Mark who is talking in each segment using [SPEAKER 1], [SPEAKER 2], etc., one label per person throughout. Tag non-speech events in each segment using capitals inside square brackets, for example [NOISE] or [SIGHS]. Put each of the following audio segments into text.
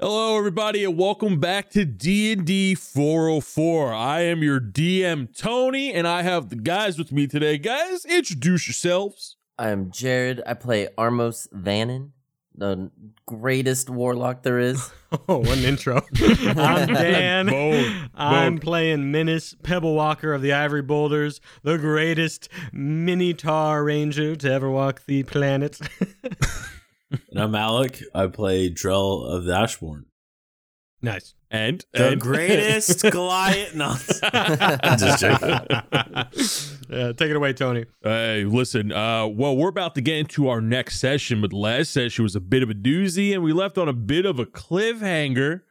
[SPEAKER 1] Hello, everybody, and welcome back to D and D 404. I am your DM Tony, and I have the guys with me today. Guys, introduce yourselves.
[SPEAKER 2] I'm Jared. I play Armos Vannon, the greatest warlock there is.
[SPEAKER 3] [LAUGHS] Oh, what an intro. I'm Dan. I'm playing Menace Pebble Walker of the Ivory Boulders, the greatest Minotaur Ranger to ever walk the planet.
[SPEAKER 4] And I'm Alec. I play Drell of the Ashborn.
[SPEAKER 3] nice.
[SPEAKER 1] And
[SPEAKER 4] The
[SPEAKER 1] and- [LAUGHS]
[SPEAKER 4] greatest Goliath. No, I'm just joking.
[SPEAKER 3] [LAUGHS] Yeah, take it away, Tony.
[SPEAKER 1] Hey, listen, uh, well, we're about to get into our next session, but last session was a bit of a doozy, and we left on a bit of a cliffhanger.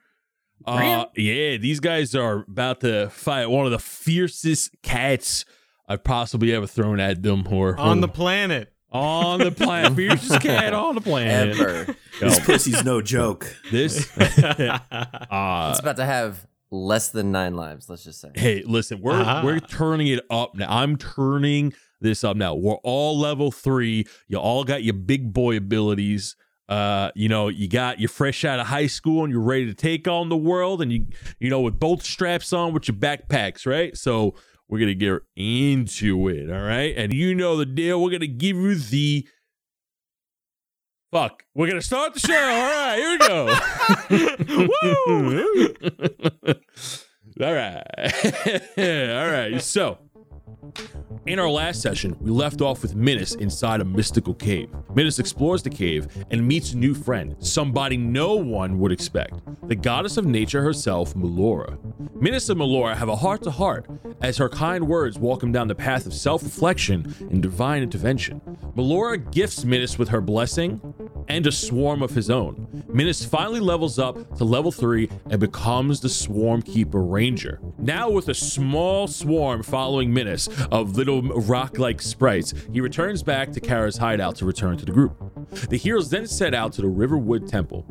[SPEAKER 1] Uh, yeah, these guys are about to fight one of the fiercest cats I've possibly ever thrown at them or
[SPEAKER 3] On the [LAUGHS] planet.
[SPEAKER 1] on the planet. fiercest cat on the planet.
[SPEAKER 2] Ever.
[SPEAKER 1] Yo,
[SPEAKER 4] This pussy's no joke.
[SPEAKER 1] this
[SPEAKER 3] yeah,
[SPEAKER 1] uh
[SPEAKER 2] it's about to have less than nine lives, let's just say.
[SPEAKER 1] hey, listen, we're
[SPEAKER 3] Ah.
[SPEAKER 1] we're turning it up now. I'm turning this up now. We're all level three. You all got your big boy abilities. Uh, you know, you got you're fresh out of high school and you're ready to take on the world, and you you know with both straps on with your backpacks, right? So we're gonna get into it, all right? And you know the deal. We're gonna give you the fuck. We're gonna start the show. All right, here we go. [LAUGHS] Woo! All right. [LAUGHS] All right. So, in our last session, we left off with Minus inside a mystical cave. Minus explores the cave and meets a new friend, somebody no one would expect the goddess of nature herself, Melora. Minus and Melora have a heart to heart as her kind words walk him down the path of self reflection and divine intervention. Melora gifts Minus with her blessing and a swarm of his own. Minus finally levels up to level 3 and becomes the Swarm Keeper Ranger. Now, with a small swarm following Minus of little rock like sprites, he returns back to Kara's hideout to return to the group. The heroes then set out to the Riverwood Temple.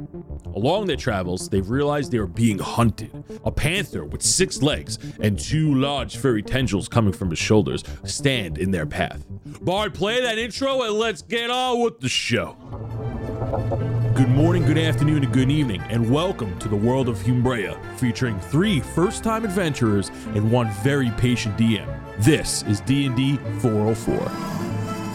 [SPEAKER 1] Along their travels, they realize they are being hunted. A panther with six legs and two large furry tendrils coming from his shoulders stand in their path. Bard, play that intro and let's get on with the show. Good morning, good afternoon, and good evening, and welcome to the world of Humbrea, featuring three first-time adventurers and one very patient DM. This is D&D 404.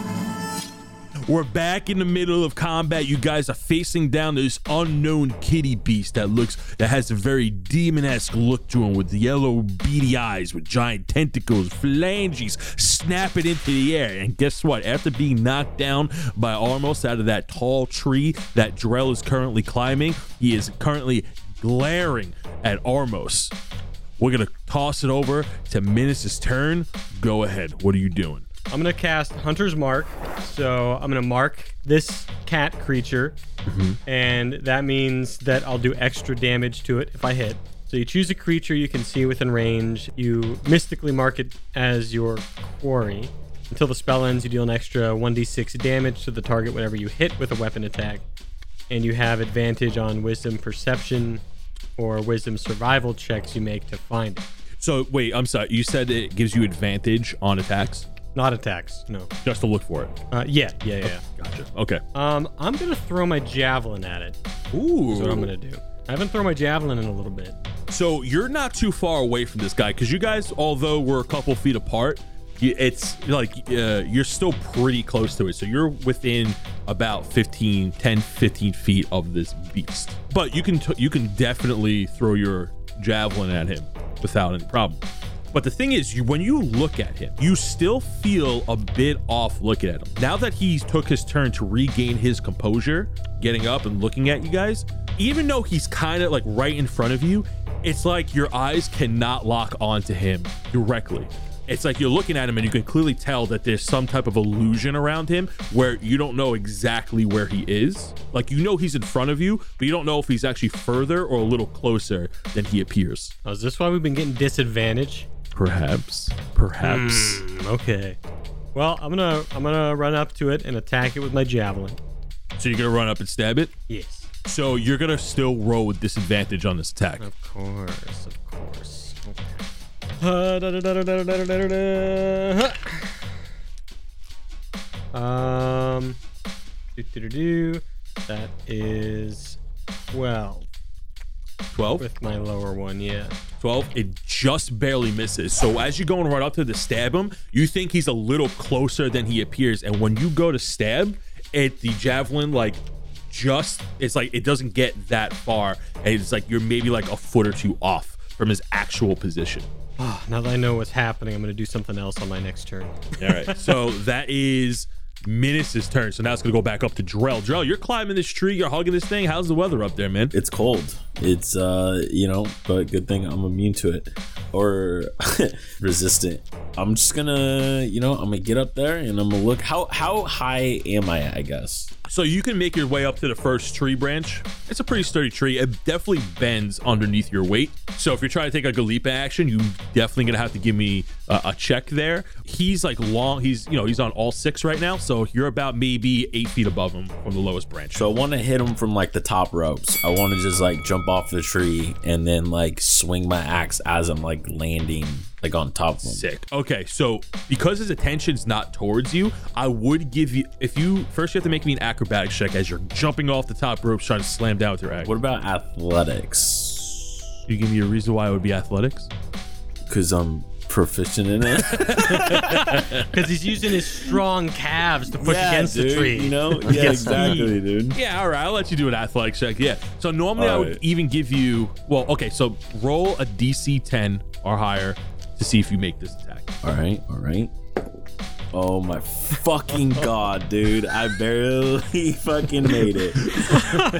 [SPEAKER 1] We're back in the middle of combat. You guys are facing down this unknown kitty beast that looks that has a very demon-esque look to him with yellow beady eyes with giant tentacles, phalanges snapping into the air. And guess what? After being knocked down by Armos out of that tall tree that Drell is currently climbing, he is currently glaring at Armos. We're gonna toss it over to Minus's turn. Go ahead. What are you doing?
[SPEAKER 3] I'm gonna cast Hunter's Mark. So I'm gonna mark this cat creature, and that means that I'll do extra damage to it if I hit. So you choose a creature you can see within range. You mystically mark it as your quarry. Until the spell ends, you deal an extra 1d6 damage to the target whenever you hit with a weapon attack, and you have advantage on Wisdom Perception or Wisdom Survival checks you make to find it.
[SPEAKER 1] So wait, I'm sorry. You said it gives you advantage on attacks.
[SPEAKER 3] Not attacks, no.
[SPEAKER 1] Just to look for it.
[SPEAKER 3] Uh, yeah, yeah, yeah.
[SPEAKER 1] Gotcha. Okay.
[SPEAKER 3] Um, I'm gonna throw my javelin at it.
[SPEAKER 1] Ooh.
[SPEAKER 3] That's what I'm gonna do. I haven't thrown my javelin in a little bit.
[SPEAKER 1] So you're not too far away from this guy because you guys, although we're a couple feet apart, you, it's like uh, you're still pretty close to it. So you're within about 15, 10, 15 feet of this beast. But you can t- you can definitely throw your javelin at him without any problem. But the thing is, you, when you look at him, you still feel a bit off looking at him. Now that he took his turn to regain his composure, getting up and looking at you guys, even though he's kind of like right in front of you, it's like your eyes cannot lock onto him directly. It's like you're looking at him and you can clearly tell that there's some type of illusion around him where you don't know exactly where he is. Like you know he's in front of you, but you don't know if he's actually further or a little closer than he appears.
[SPEAKER 3] Oh, is this why we've been getting disadvantage?
[SPEAKER 1] Perhaps. Perhaps.
[SPEAKER 3] Hmm, okay. Well, I'm gonna I'm gonna run up to it and attack it with my javelin.
[SPEAKER 1] So you're gonna run up and stab it.
[SPEAKER 3] Yes.
[SPEAKER 1] So you're gonna still roll with disadvantage on this attack.
[SPEAKER 3] Of course, of course. Okay. Uh, da- da- da- da- da- da- da- da- da- da. Um, do- do- do- do. that is 12.
[SPEAKER 1] 12.
[SPEAKER 3] with my lower one. Yeah.
[SPEAKER 1] 12. It just barely misses. So as you're going right up to the stab him, you think he's a little closer than he appears. And when you go to stab, it the javelin like just it's like it doesn't get that far. And it's like you're maybe like a foot or two off from his actual position.
[SPEAKER 3] Ah, now that I know what's happening, I'm gonna do something else on my next turn.
[SPEAKER 1] All right. [LAUGHS] So that is Minus's turn. So now it's gonna go back up to Drell. Drell, you're climbing this tree, you're hugging this thing. How's the weather up there, man?
[SPEAKER 4] It's cold. It's uh, you know, but good thing I'm immune to it or [LAUGHS] resistant. I'm just gonna, you know, I'm gonna get up there and I'm gonna look. How how high am I? I guess.
[SPEAKER 1] So you can make your way up to the first tree branch. It's a pretty sturdy tree. It definitely bends underneath your weight. So if you're trying to take like a leap action, you definitely gonna have to give me uh, a check there. He's like long. He's you know he's on all six right now. So you're about maybe eight feet above him from the lowest branch.
[SPEAKER 4] So I want to hit him from like the top ropes. I want to just like jump off the tree and then like swing my axe as I'm like landing like on top of him.
[SPEAKER 1] Sick. Okay, so because his attention's not towards you, I would give you if you first you have to make me an acrobatics check as you're jumping off the top rope trying to slam down with your axe.
[SPEAKER 4] What about athletics?
[SPEAKER 1] you give me a reason why it would be athletics?
[SPEAKER 4] Because I'm proficient in it.
[SPEAKER 3] Because he's using his strong calves to [LAUGHS] push against
[SPEAKER 4] dude,
[SPEAKER 3] the tree.
[SPEAKER 4] You [LAUGHS] know? Yeah, exactly, dude.
[SPEAKER 1] Yeah, all right. I'll let you do an athletic check. Yeah. So normally I
[SPEAKER 4] All
[SPEAKER 1] would
[SPEAKER 4] right.
[SPEAKER 1] even give you. Well, okay. So roll a DC 10 or higher to see if you make this attack.
[SPEAKER 4] All right, all right. Oh my fucking god, dude. I barely [LAUGHS] fucking made it.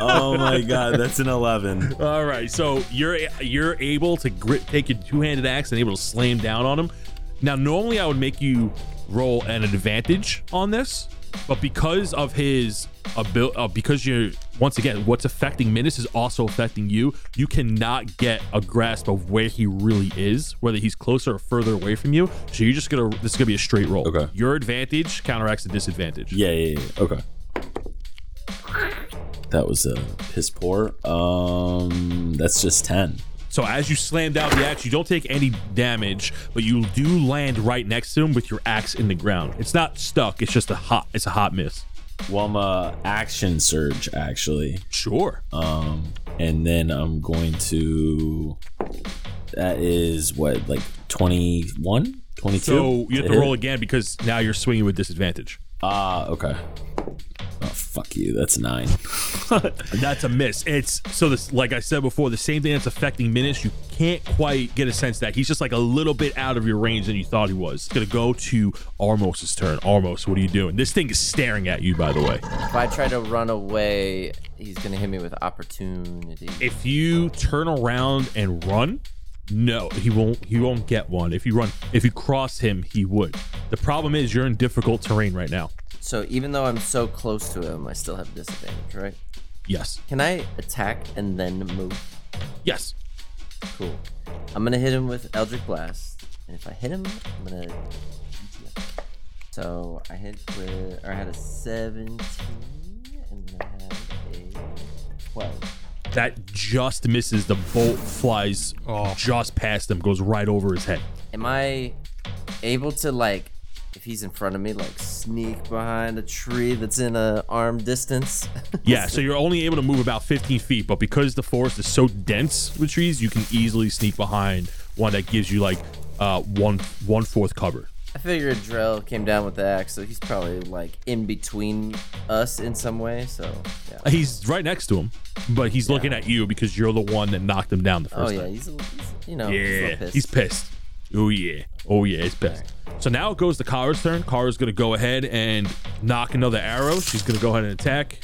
[SPEAKER 4] Oh my god, that's an 11.
[SPEAKER 1] All right. So you're you're able to grip, take your two handed axe and able to slam down on him. Now normally I would make you roll an advantage on this, but because of his abil- uh, because you're once again what's affecting Minus is also affecting you. You cannot get a grasp of where he really is, whether he's closer or further away from you. So you're just gonna this is gonna be a straight roll.
[SPEAKER 4] Okay.
[SPEAKER 1] Your advantage counteracts the disadvantage.
[SPEAKER 4] Yeah, yeah, yeah. Okay. That was a piss poor. Um, that's just 10.
[SPEAKER 1] So as you slam down the axe, you don't take any damage, but you do land right next to him with your axe in the ground. It's not stuck. It's just a hot. It's a hot miss.
[SPEAKER 4] Well, I'm a action surge actually.
[SPEAKER 1] Sure.
[SPEAKER 4] Um, and then I'm going to that is what like 21, 22.
[SPEAKER 1] so you have to roll again because now you're swinging with disadvantage.
[SPEAKER 4] Ah, okay. Oh fuck you. That's 9.
[SPEAKER 1] That's a miss. It's so this, like I said before, the same thing that's affecting Minus. You can't quite get a sense that he's just like a little bit out of your range than you thought he was. It's gonna go to Armos's turn. Armos, what are you doing? This thing is staring at you, by the way.
[SPEAKER 2] If I try to run away, he's gonna hit me with opportunity.
[SPEAKER 1] if you turn around and run no he won't he won't get one if you run if you cross him he would the problem is you're in difficult terrain right now
[SPEAKER 2] So even though I'm so close to him, I still have disadvantage, right?
[SPEAKER 1] yes
[SPEAKER 2] Can I attack and then move?
[SPEAKER 1] yes
[SPEAKER 2] Cool. I'm gonna hit him with Eldritch Blast, and if I hit him, I'm gonna. So I hit with, or I had a 17, and then I had a 12.
[SPEAKER 1] that just misses the bolt flies
[SPEAKER 3] Oh.
[SPEAKER 1] just past him goes right over his head
[SPEAKER 2] Am I able to like, if he's in front of me, like sneak behind a tree that's in a arm distance? [LAUGHS]
[SPEAKER 1] yeah so you're only able to move about 15 feet but because the forest is so dense with trees you can easily sneak behind one that gives you like uh one one fourth cover
[SPEAKER 2] I figured Drell came down with the axe, so he's probably like in between us in some way. So yeah.
[SPEAKER 1] he's right next to him but he's looking at you because you're the one that knocked him down the first
[SPEAKER 2] Oh
[SPEAKER 1] time
[SPEAKER 2] yeah, he's, a, he's you know he's, a
[SPEAKER 1] Yeah,
[SPEAKER 2] little pissed.
[SPEAKER 1] he's pissed. Oh yeah, oh yeah, he's pissed. So now it goes to Kara's turn. Kara's gonna go ahead and knock another arrow. She's gonna go ahead and attack.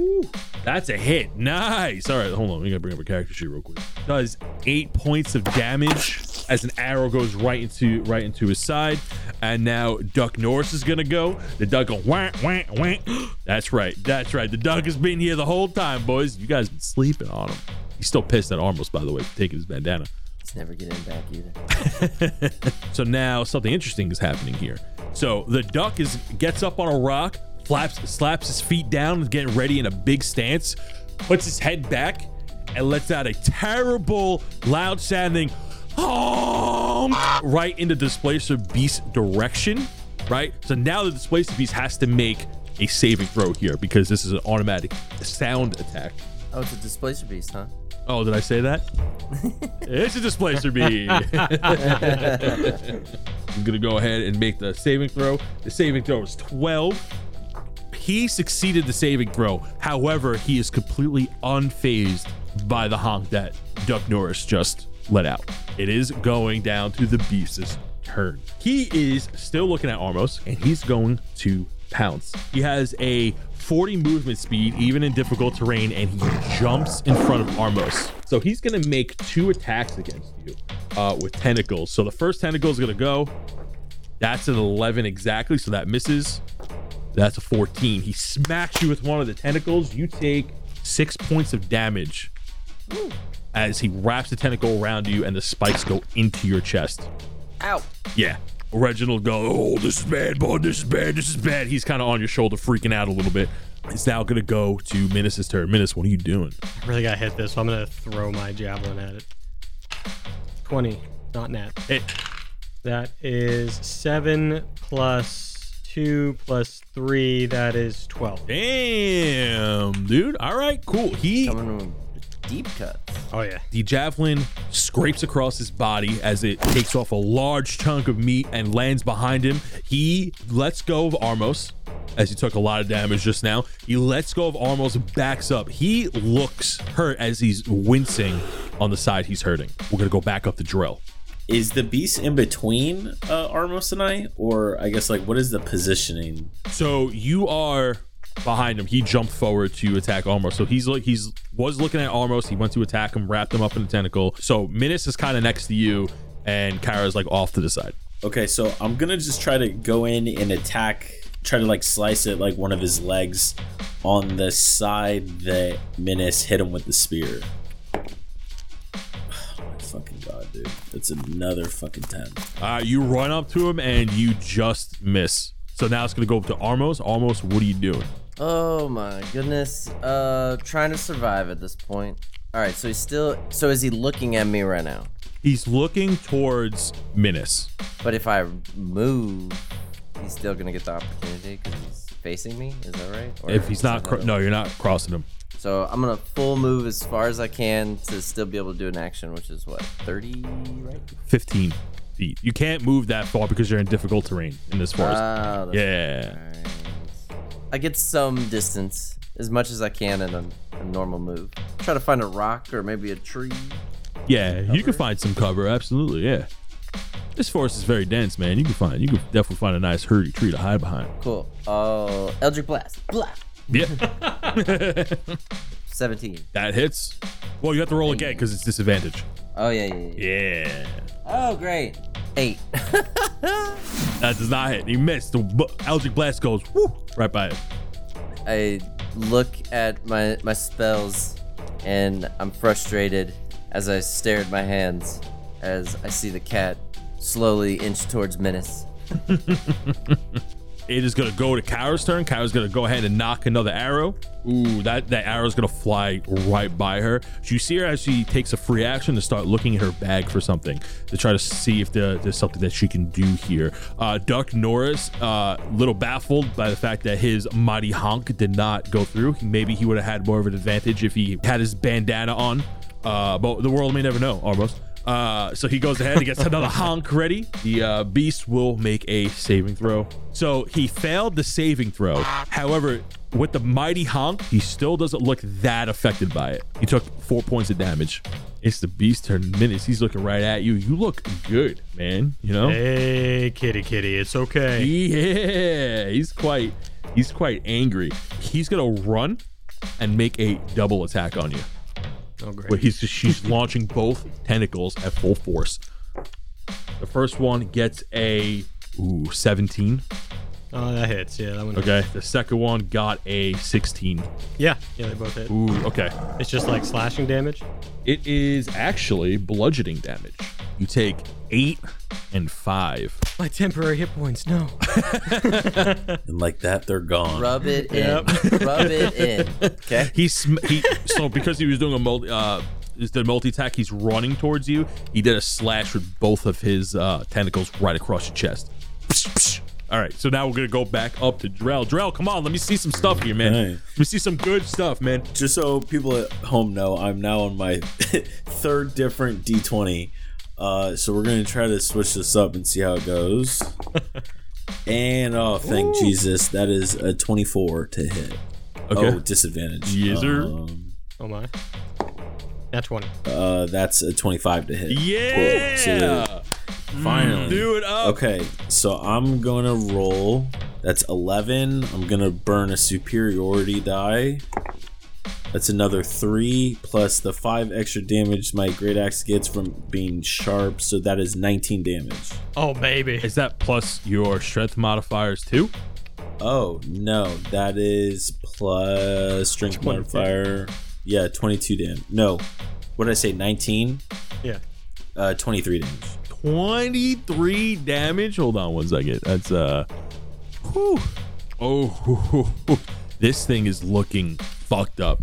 [SPEAKER 1] Ooh, that's a hit. Nice. All right, hold on. We gotta bring up a character sheet real quick. Does eight points of damage as an arrow goes right into right into his side. And now Duck Norris is gonna go. The duck go wah wah wah. [GASPS] That's right. That's right. The duck has been here the whole time, boys. You guys been sleeping on him. He's still pissed at Armos, by the way, for taking his bandana.
[SPEAKER 2] He's never getting back either.
[SPEAKER 1] So now something interesting is happening here. So the duck is gets up on a rock, flaps, slaps his feet down, getting ready in a big stance, puts his head back, and lets out a terrible, loud sounding "Honk!" right into displacer beast direction. Right. So now the displacer beast has to make a saving throw here because this is an automatic sound attack.
[SPEAKER 2] Oh, it's a displacer beast, huh?
[SPEAKER 1] Oh, did I say that? it's a displacer beam. I'm gonna go ahead and make the saving throw. The saving throw is 12. He succeeded the saving throw. However, he is completely unfazed by the honk that Duck Norris just let out. It is going down to the beast's turn. He is still looking at Armos, and he's going to pounce. He has a 40 movement speed, even in difficult terrain, and he jumps in front of Armos. So he's going to make two attacks against you uh, with tentacles. So the first tentacle is going to go. That's an 11 exactly, so that misses. That's a 14. He smacks you with one of the tentacles. You take six points of damage as he wraps the tentacle around you and the spikes go into your chest.
[SPEAKER 2] Ow.
[SPEAKER 1] Yeah. Reginald go, oh, this is bad, boy, this is bad, this is bad. He's kind of on your shoulder, freaking out a little bit. It's now going to go to Minus's turn. Minus, what are you doing?
[SPEAKER 3] I really gotta hit this, so I'm gonna throw my javelin at it. 20, not nat.
[SPEAKER 1] Hit.
[SPEAKER 3] That is 7 plus 2 plus 3, that is 12.
[SPEAKER 1] Damn, dude. All right, cool. He
[SPEAKER 2] Coming with deep cuts.
[SPEAKER 3] Oh, yeah.
[SPEAKER 1] The javelin scrapes across his body as it takes off a large chunk of meat and lands behind him. He lets go of Armos, as he took a lot of damage just now. He lets go of Armos, backs up. He looks hurt as he's wincing on the side he's hurting. We're gonna go back up the drill.
[SPEAKER 4] Is the beast in between uh, Armos and I, or I guess like what is the positioning?
[SPEAKER 1] So you are behind him. He jumped forward to attack Armos. So he's like he's was looking at Armos. He went to attack him, wrapped him up in a tentacle. So Minus is kind of next to you, and Kara's like off to the side.
[SPEAKER 4] Okay, so I'm gonna just try to go in and attack, try to like slice it like one of his legs on the side that Menace hit him with the spear. [SIGHS] Oh my fucking god, dude. That's another fucking 10.
[SPEAKER 1] Uh, you run up to him and you just miss. So now it's gonna go up to Armos. Armos, what are you doing?
[SPEAKER 2] Oh my goodness. Uh, trying to survive at this point. All right, so he's still. So is he looking at me right now?
[SPEAKER 1] He's looking towards Minus.
[SPEAKER 2] But if I move, he's still gonna get the opportunity because he's facing me. Is that right? Or
[SPEAKER 1] If he's
[SPEAKER 2] is
[SPEAKER 1] not,
[SPEAKER 2] that
[SPEAKER 1] cro-
[SPEAKER 2] another-
[SPEAKER 1] no, you're not crossing him.
[SPEAKER 2] So I'm gonna full move as far as I can to still be able to do an action, which is what 30, right?
[SPEAKER 1] 15 feet. You can't move that far because you're in difficult terrain in this forest.
[SPEAKER 2] Ah, that's
[SPEAKER 1] yeah.
[SPEAKER 2] right. I get some distance, as much as I can in a, a normal move. Try to find a rock or maybe a tree.
[SPEAKER 1] Yeah, you can find some cover. Absolutely. Yeah. This forest is very dense, man. You can find, you can definitely find a nice herdy tree to hide behind.
[SPEAKER 2] Cool. Oh, Eldritch Blast. Blah.
[SPEAKER 1] Yeah, [LAUGHS]
[SPEAKER 2] 17.
[SPEAKER 1] that hits. Well, you have to roll again because it's disadvantage.
[SPEAKER 2] Oh, yeah, yeah, yeah.
[SPEAKER 1] Yeah.
[SPEAKER 2] Oh, great. Eight.
[SPEAKER 1] That does not hit. He missed. The bu- Eldritch Blast goes woo, right by him.
[SPEAKER 2] [LAUGHS] I look at my my spells, and I'm frustrated as I stare at my hands as I see the cat slowly inch towards Menace.
[SPEAKER 1] It is going to go to Kara's turn. Kara's going to go ahead and knock another arrow. Ooh, that, that arrow is going to fly right by her. You see her as she takes a free action to start looking at her bag for something to try to see if there, there's something that she can do here. Uh, Duck Norris, uh, little baffled by the fact that his mighty honk did not go through. Maybe he would have had more of an advantage if he had his bandana on. Uh, but the world may never know, almost. Uh, so he goes ahead and gets another honk ready. The uh, beast will make a saving throw. So he failed the saving throw. However, with the mighty honk, he still doesn't look that affected by it. He took four points of damage. It's the beast turn minutes. He's looking right at you. You look good, man. You know?
[SPEAKER 3] Hey, kitty, kitty, it's okay.
[SPEAKER 1] Yeah. He's quite he's quite angry. He's gonna run and make a double attack on you.
[SPEAKER 3] Oh, great.
[SPEAKER 1] But he's she's launching both tentacles at full force. The first one gets a ooh 17.
[SPEAKER 3] Oh, that hits. Yeah, that one.
[SPEAKER 1] Okay. The second one got a 16.
[SPEAKER 3] Yeah, yeah, they both hit.
[SPEAKER 1] Ooh, okay.
[SPEAKER 3] It's just like slashing damage.
[SPEAKER 1] It is actually bludgeoning damage. You take eight and five.
[SPEAKER 3] My temporary hit points. No.
[SPEAKER 4] And like that, they're gone.
[SPEAKER 2] Rub it in. Rub it in. Okay.
[SPEAKER 1] He, sm- he so because he was doing a multi uh is the multi attack he's running towards you. He did a slash with both of his uh tentacles right across your chest. All All right. So now we're gonna go back up to Drell. Drell, come on. Let me see some stuff here, man.
[SPEAKER 4] Hey.
[SPEAKER 1] Let me see some good stuff, man.
[SPEAKER 4] Just so people at home know, I'm now on my [LAUGHS] third different D20. Uh, so we're gonna try to switch this up and see how it
[SPEAKER 1] [LAUGHS]
[SPEAKER 4] goes. and oh, thank Jesus, that is a 24 to hit.
[SPEAKER 1] Okay.
[SPEAKER 4] Oh, disadvantage.
[SPEAKER 1] Yes, sir.
[SPEAKER 4] Um,
[SPEAKER 3] Oh my. That's one.
[SPEAKER 4] uh, that's a 25 to hit.
[SPEAKER 1] yeah. Mm,
[SPEAKER 4] Cool. So, finally.
[SPEAKER 1] Do it up.
[SPEAKER 4] Okay, so I'm gonna roll. That's 11. I'm gonna burn a superiority die. That's another three plus the five extra damage my great axe gets from being sharp. So that is 19 damage.
[SPEAKER 3] Oh baby.
[SPEAKER 1] Is that plus your strength modifiers too?
[SPEAKER 4] Oh no, that is plus strength
[SPEAKER 3] 22.
[SPEAKER 4] modifier. Yeah, 22 damage. No, what did I say? 19.
[SPEAKER 3] Yeah.
[SPEAKER 4] Uh, 23 damage.
[SPEAKER 1] 23 damage. Hold on one second. That's uh whew. Oh whew, whew, whew. this thing is looking fucked up.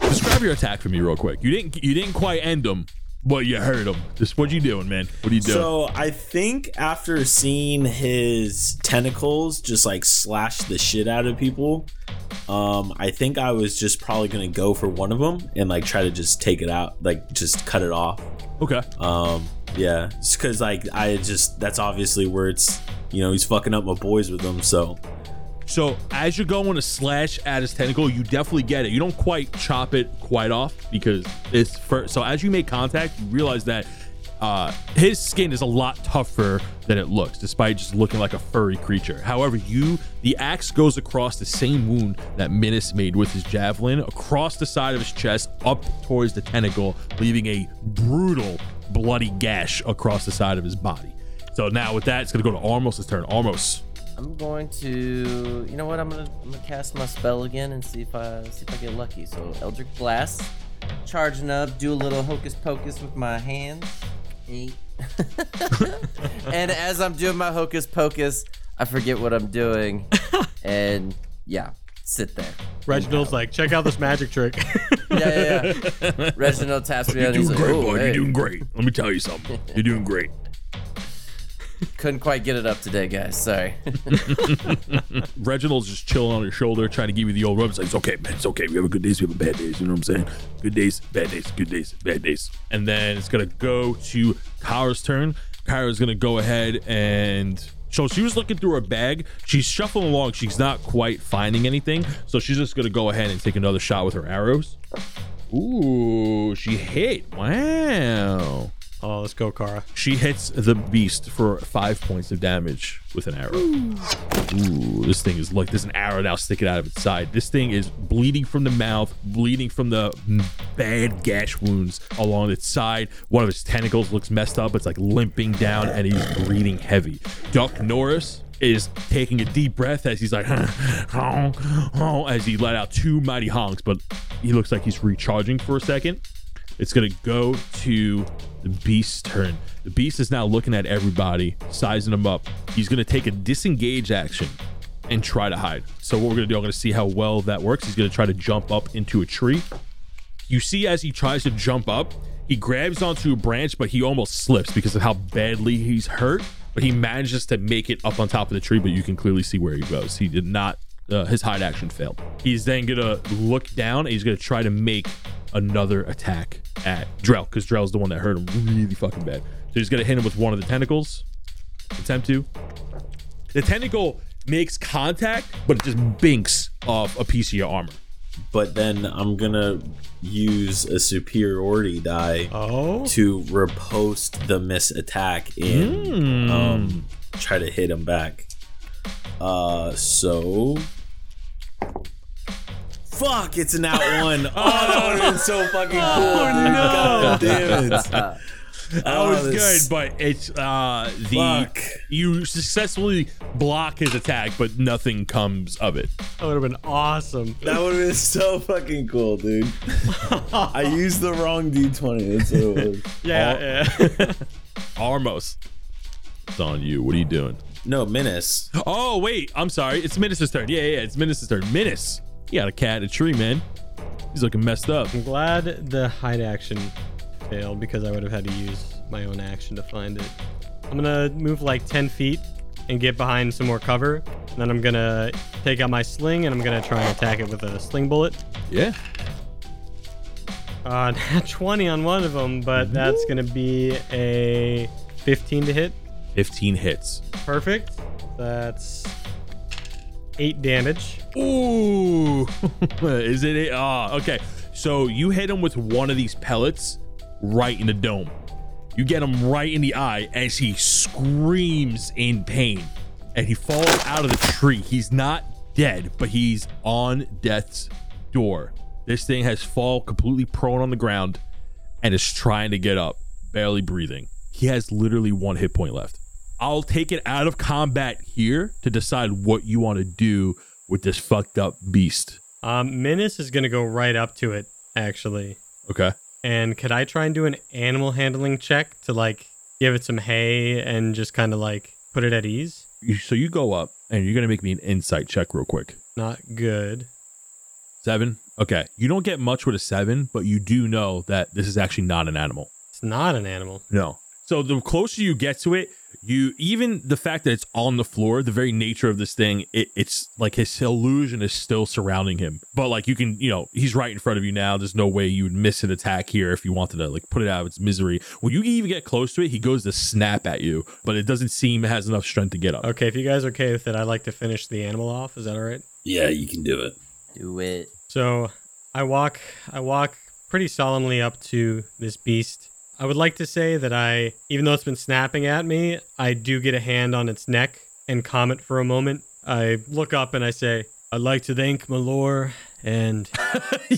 [SPEAKER 1] Describe your attack for me real quick. You didn't you didn't quite end him, but you hurt him. Just what you doing, man? What are you doing?
[SPEAKER 4] So I think after seeing his tentacles just like slash the shit out of people, um, I think I was just probably gonna go for one of them and like try to just take it out, like just cut it off.
[SPEAKER 1] okay.
[SPEAKER 4] Um, yeah, just cause like I just that's obviously where it's you know he's fucking up my boys with them, so
[SPEAKER 1] So as you're going to slash at his tentacle, you definitely get it. You don't quite chop it quite off because it's first. So as you make contact, you realize that uh, his skin is a lot tougher than it looks, despite just looking like a furry creature. However, you the axe goes across the same wound that Minis made with his javelin, across the side of his chest, up towards the tentacle, leaving a brutal, bloody gash across the side of his body. So now with that, it's gonna go to Armos' turn. Armos.
[SPEAKER 2] I'm going to, you know what? I'm gonna, I'm gonna cast my spell again and see if I see if I get lucky. So Eldritch Blast, charging up, do a little hocus pocus with my hands. Eight. [LAUGHS] and as I'm doing my hocus pocus, I forget what I'm [LAUGHS] doing, and yeah, sit there.
[SPEAKER 3] Reginald's like, check out this magic [LAUGHS] trick.
[SPEAKER 2] Yeah, yeah. yeah. [LAUGHS] Reginald taps me on.
[SPEAKER 1] You're
[SPEAKER 2] He's
[SPEAKER 1] doing
[SPEAKER 2] like,
[SPEAKER 1] great,
[SPEAKER 2] "Ooh,
[SPEAKER 1] bud.
[SPEAKER 2] hey,
[SPEAKER 1] You're doing great. Let me tell you
[SPEAKER 2] [LAUGHS]
[SPEAKER 1] something. You're doing great.
[SPEAKER 2] couldn't quite get it up today, guys. Sorry. [LAUGHS]
[SPEAKER 1] Reginald's just chilling on your shoulder, trying to give you the old rub. It's like, it's okay, man. It's okay. We have a good days. We have a bad days. You know what I'm saying? Good days, bad days, good days, bad days. And then it's gonna go to Kyra's turn. Kyra's gonna go ahead and. So she was looking through her bag. She's shuffling along. She's not quite finding anything. So she's just gonna go ahead and take another shot with her arrows. Ooh, she hit. Wow.
[SPEAKER 3] oh, let's go, Kara.
[SPEAKER 1] She hits the beast for five points of damage with an arrow. Ooh, this thing is like there's an arrow now sticking out of its side. This thing is bleeding from the mouth, bleeding from the bad gash wounds along its side. One of its tentacles looks messed up. It's like limping down, and he's breathing heavy. Duck Norris is taking a deep breath as he's like, [LAUGHS] as he let out two mighty honks, but he looks like he's recharging for a second. It's gonna go to the beast's turn. The beast is now looking at everybody, sizing them up. He's gonna take a disengage action and try to hide. So what we're gonna do, I'm gonna see how well that works. He's gonna try to jump up into a tree. You see as he tries to jump up, he grabs onto a branch, but he almost slips because of how badly he's hurt. But he manages to make it up on top of the tree, but you can clearly see where he goes. He did not, uh, his hide action failed. He's then gonna look down and he's gonna try to make another attack at Drell because Drell's the one that hurt him really fucking bad. So he's gonna hit him with one of the tentacles. Attempt to. The tentacle makes contact, but it just binks off a piece of your armor.
[SPEAKER 4] but then I'm gonna use a superiority die
[SPEAKER 3] Oh.
[SPEAKER 4] to repost the miss attack and um, try to hit him back. Uh, so. Fuck, it's an out one. Oh, that would have been so fucking cool. dude. [LAUGHS] God damn it. [LAUGHS] Oh, That
[SPEAKER 1] That was good, but it's uh the
[SPEAKER 4] Fuck.
[SPEAKER 1] you successfully block his attack, but nothing comes of it.
[SPEAKER 3] That would have been awesome.
[SPEAKER 4] That would have been so fucking cool, dude. I used the wrong d20. That's what it was.
[SPEAKER 3] Yeah, yeah.
[SPEAKER 1] Almost. It's on you. What are you doing?
[SPEAKER 4] No, Menace.
[SPEAKER 1] Oh wait, I'm sorry. It's Menace's turn. Yeah, yeah, it's Menace's turn. Menace. He got a cat, in a tree, man. He's looking messed up.
[SPEAKER 3] I'm glad the hide action failed because I would have had to use my own action to find it. I'm gonna move like 10 feet and get behind some more cover. And then I'm gonna take out my sling and I'm gonna try and attack it with a sling bullet.
[SPEAKER 1] Yeah.
[SPEAKER 3] Uh, [LAUGHS] nat 20 on one of them, but that's gonna be a 15 to hit.
[SPEAKER 1] 15 hits.
[SPEAKER 3] Perfect. That's eight damage.
[SPEAKER 1] Ooh, [LAUGHS] is it? a- Ah, okay. So you hit him with one of these pellets right in the dome. You get him right in the eye as he screams in pain, and he falls out of the tree. He's not dead, but he's on death's door. This thing has fall completely prone on the ground, and is trying to get up, barely breathing. He has literally one hit point left. I'll take it out of combat here to decide what you want to do with this fucked up beast.
[SPEAKER 3] Um, Menace is gonna go right up to it, actually.
[SPEAKER 1] Okay.
[SPEAKER 3] And could I try and do an animal handling check to like give it some hay and just kind of like put it at ease?
[SPEAKER 1] You, so you go up and you're going to make me an insight check real quick.
[SPEAKER 3] Not good.
[SPEAKER 1] Seven. Okay. You don't get much with a seven, but you do know that this is actually not an animal.
[SPEAKER 3] It's not an animal.
[SPEAKER 1] No. So the closer you get to it, you even the fact that it's on the floor, the very nature of this thing, it, it's like his illusion is still surrounding him. But like you can, you know, he's right in front of you now. There's no way you would miss an attack here if you wanted to like put it out of its misery. When you even get close to it, he goes to snap at you, but it doesn't seem it has enough strength to get up.
[SPEAKER 3] Okay, if you guys are okay with it, I'd like to finish the animal off. Is that all right?
[SPEAKER 4] Yeah, you can do it.
[SPEAKER 2] Do it.
[SPEAKER 3] So I walk I walk pretty solemnly up to this beast. I would like to say that I even though it's been snapping at me, I do get a hand on its neck and calm it for a moment. I look up and I say, I'd like to thank Malor and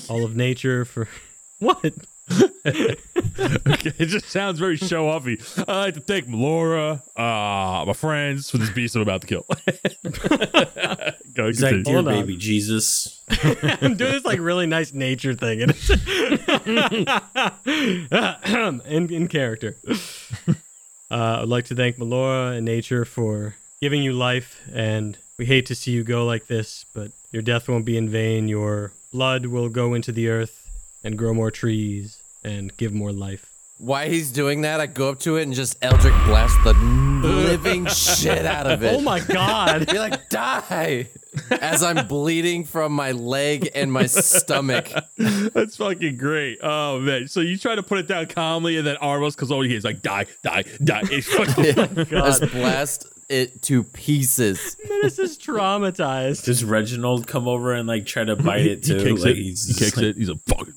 [SPEAKER 3] all of nature for [LAUGHS] what?
[SPEAKER 1] Okay, it just sounds very show offy. I like to thank Laura, uh, my friends, for this beast I'm about to kill. [LAUGHS] Go,
[SPEAKER 4] He's like,
[SPEAKER 1] continue.
[SPEAKER 4] dear
[SPEAKER 3] Hold on.
[SPEAKER 4] baby Jesus.
[SPEAKER 3] I'm doing this like really nice nature thing [LAUGHS] and it's- [CLEARS THROAT] in, in character. Uh, I'd like to thank Melora and nature for giving you life, and we hate to see you go like this, but your death won't be in vain. Your blood will go into the earth and grow more trees and give more life.
[SPEAKER 2] While he's doing that, I go up to it and just Eldric blast the
[SPEAKER 3] [LAUGHS]
[SPEAKER 2] living shit out of it.
[SPEAKER 3] Oh my god!
[SPEAKER 2] You're like, die! [LAUGHS] As I'm bleeding from my leg and my
[SPEAKER 3] [LAUGHS]
[SPEAKER 2] stomach.
[SPEAKER 3] Oh
[SPEAKER 1] That's fucking great. Oh man. So you try to put it down calmly and then Armos comes over here. He's like, die, die, die. It's fucking
[SPEAKER 2] Just blast it to pieces.
[SPEAKER 3] [LAUGHS] Menace is traumatized.
[SPEAKER 4] Does Reginald come over and like try to [LAUGHS] bite it
[SPEAKER 1] he
[SPEAKER 4] too?
[SPEAKER 1] kicks
[SPEAKER 4] like,
[SPEAKER 1] it. He
[SPEAKER 4] He's, just,
[SPEAKER 1] kicks
[SPEAKER 4] like,
[SPEAKER 1] it. He's a fucking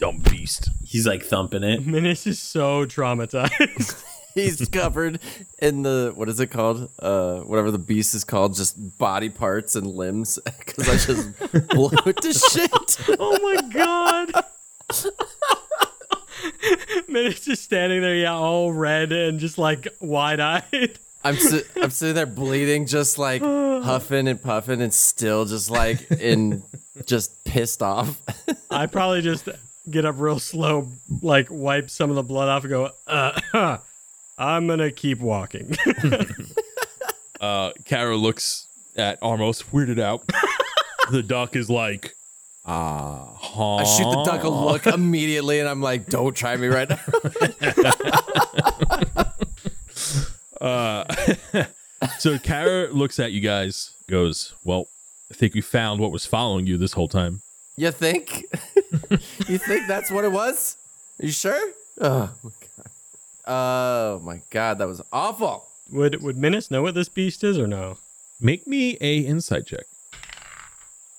[SPEAKER 1] dumb beast.
[SPEAKER 4] He's like thumping it.
[SPEAKER 3] Menace is so traumatized. [LAUGHS]
[SPEAKER 2] He's covered in the, what is it called? Uh, whatever the beast is called, just body parts and limbs. [LAUGHS] Because I
[SPEAKER 3] [LAUGHS]
[SPEAKER 2] just blew it to shit.
[SPEAKER 3] Oh my [LAUGHS] god. Minutes just standing there, yeah, all red and just like wide eyed.
[SPEAKER 2] I'm, si- I'm sitting there bleeding, just
[SPEAKER 3] [SIGHS]
[SPEAKER 2] like huffing and puffing, and still just like in, just pissed off.
[SPEAKER 3] I probably just get up real slow, like wipe some of the blood off and go, uh, [CLEARS THROAT] I'm gonna keep walking. [LAUGHS]
[SPEAKER 1] Uh Kara looks at Armos, weirded out. [LAUGHS] the duck is like, ah, huh.
[SPEAKER 2] I shoot the duck a look immediately, and I'm like, "Don't try me right now." [LAUGHS]
[SPEAKER 1] So Kara looks at you guys, goes, Well, I think we found what was following you this whole time.
[SPEAKER 2] You think? [LAUGHS] you think that's what it was? Are you sure? Oh my god! Oh my god, that was awful.
[SPEAKER 3] would would Menace know what this beast is or no?
[SPEAKER 1] Make me a insight check.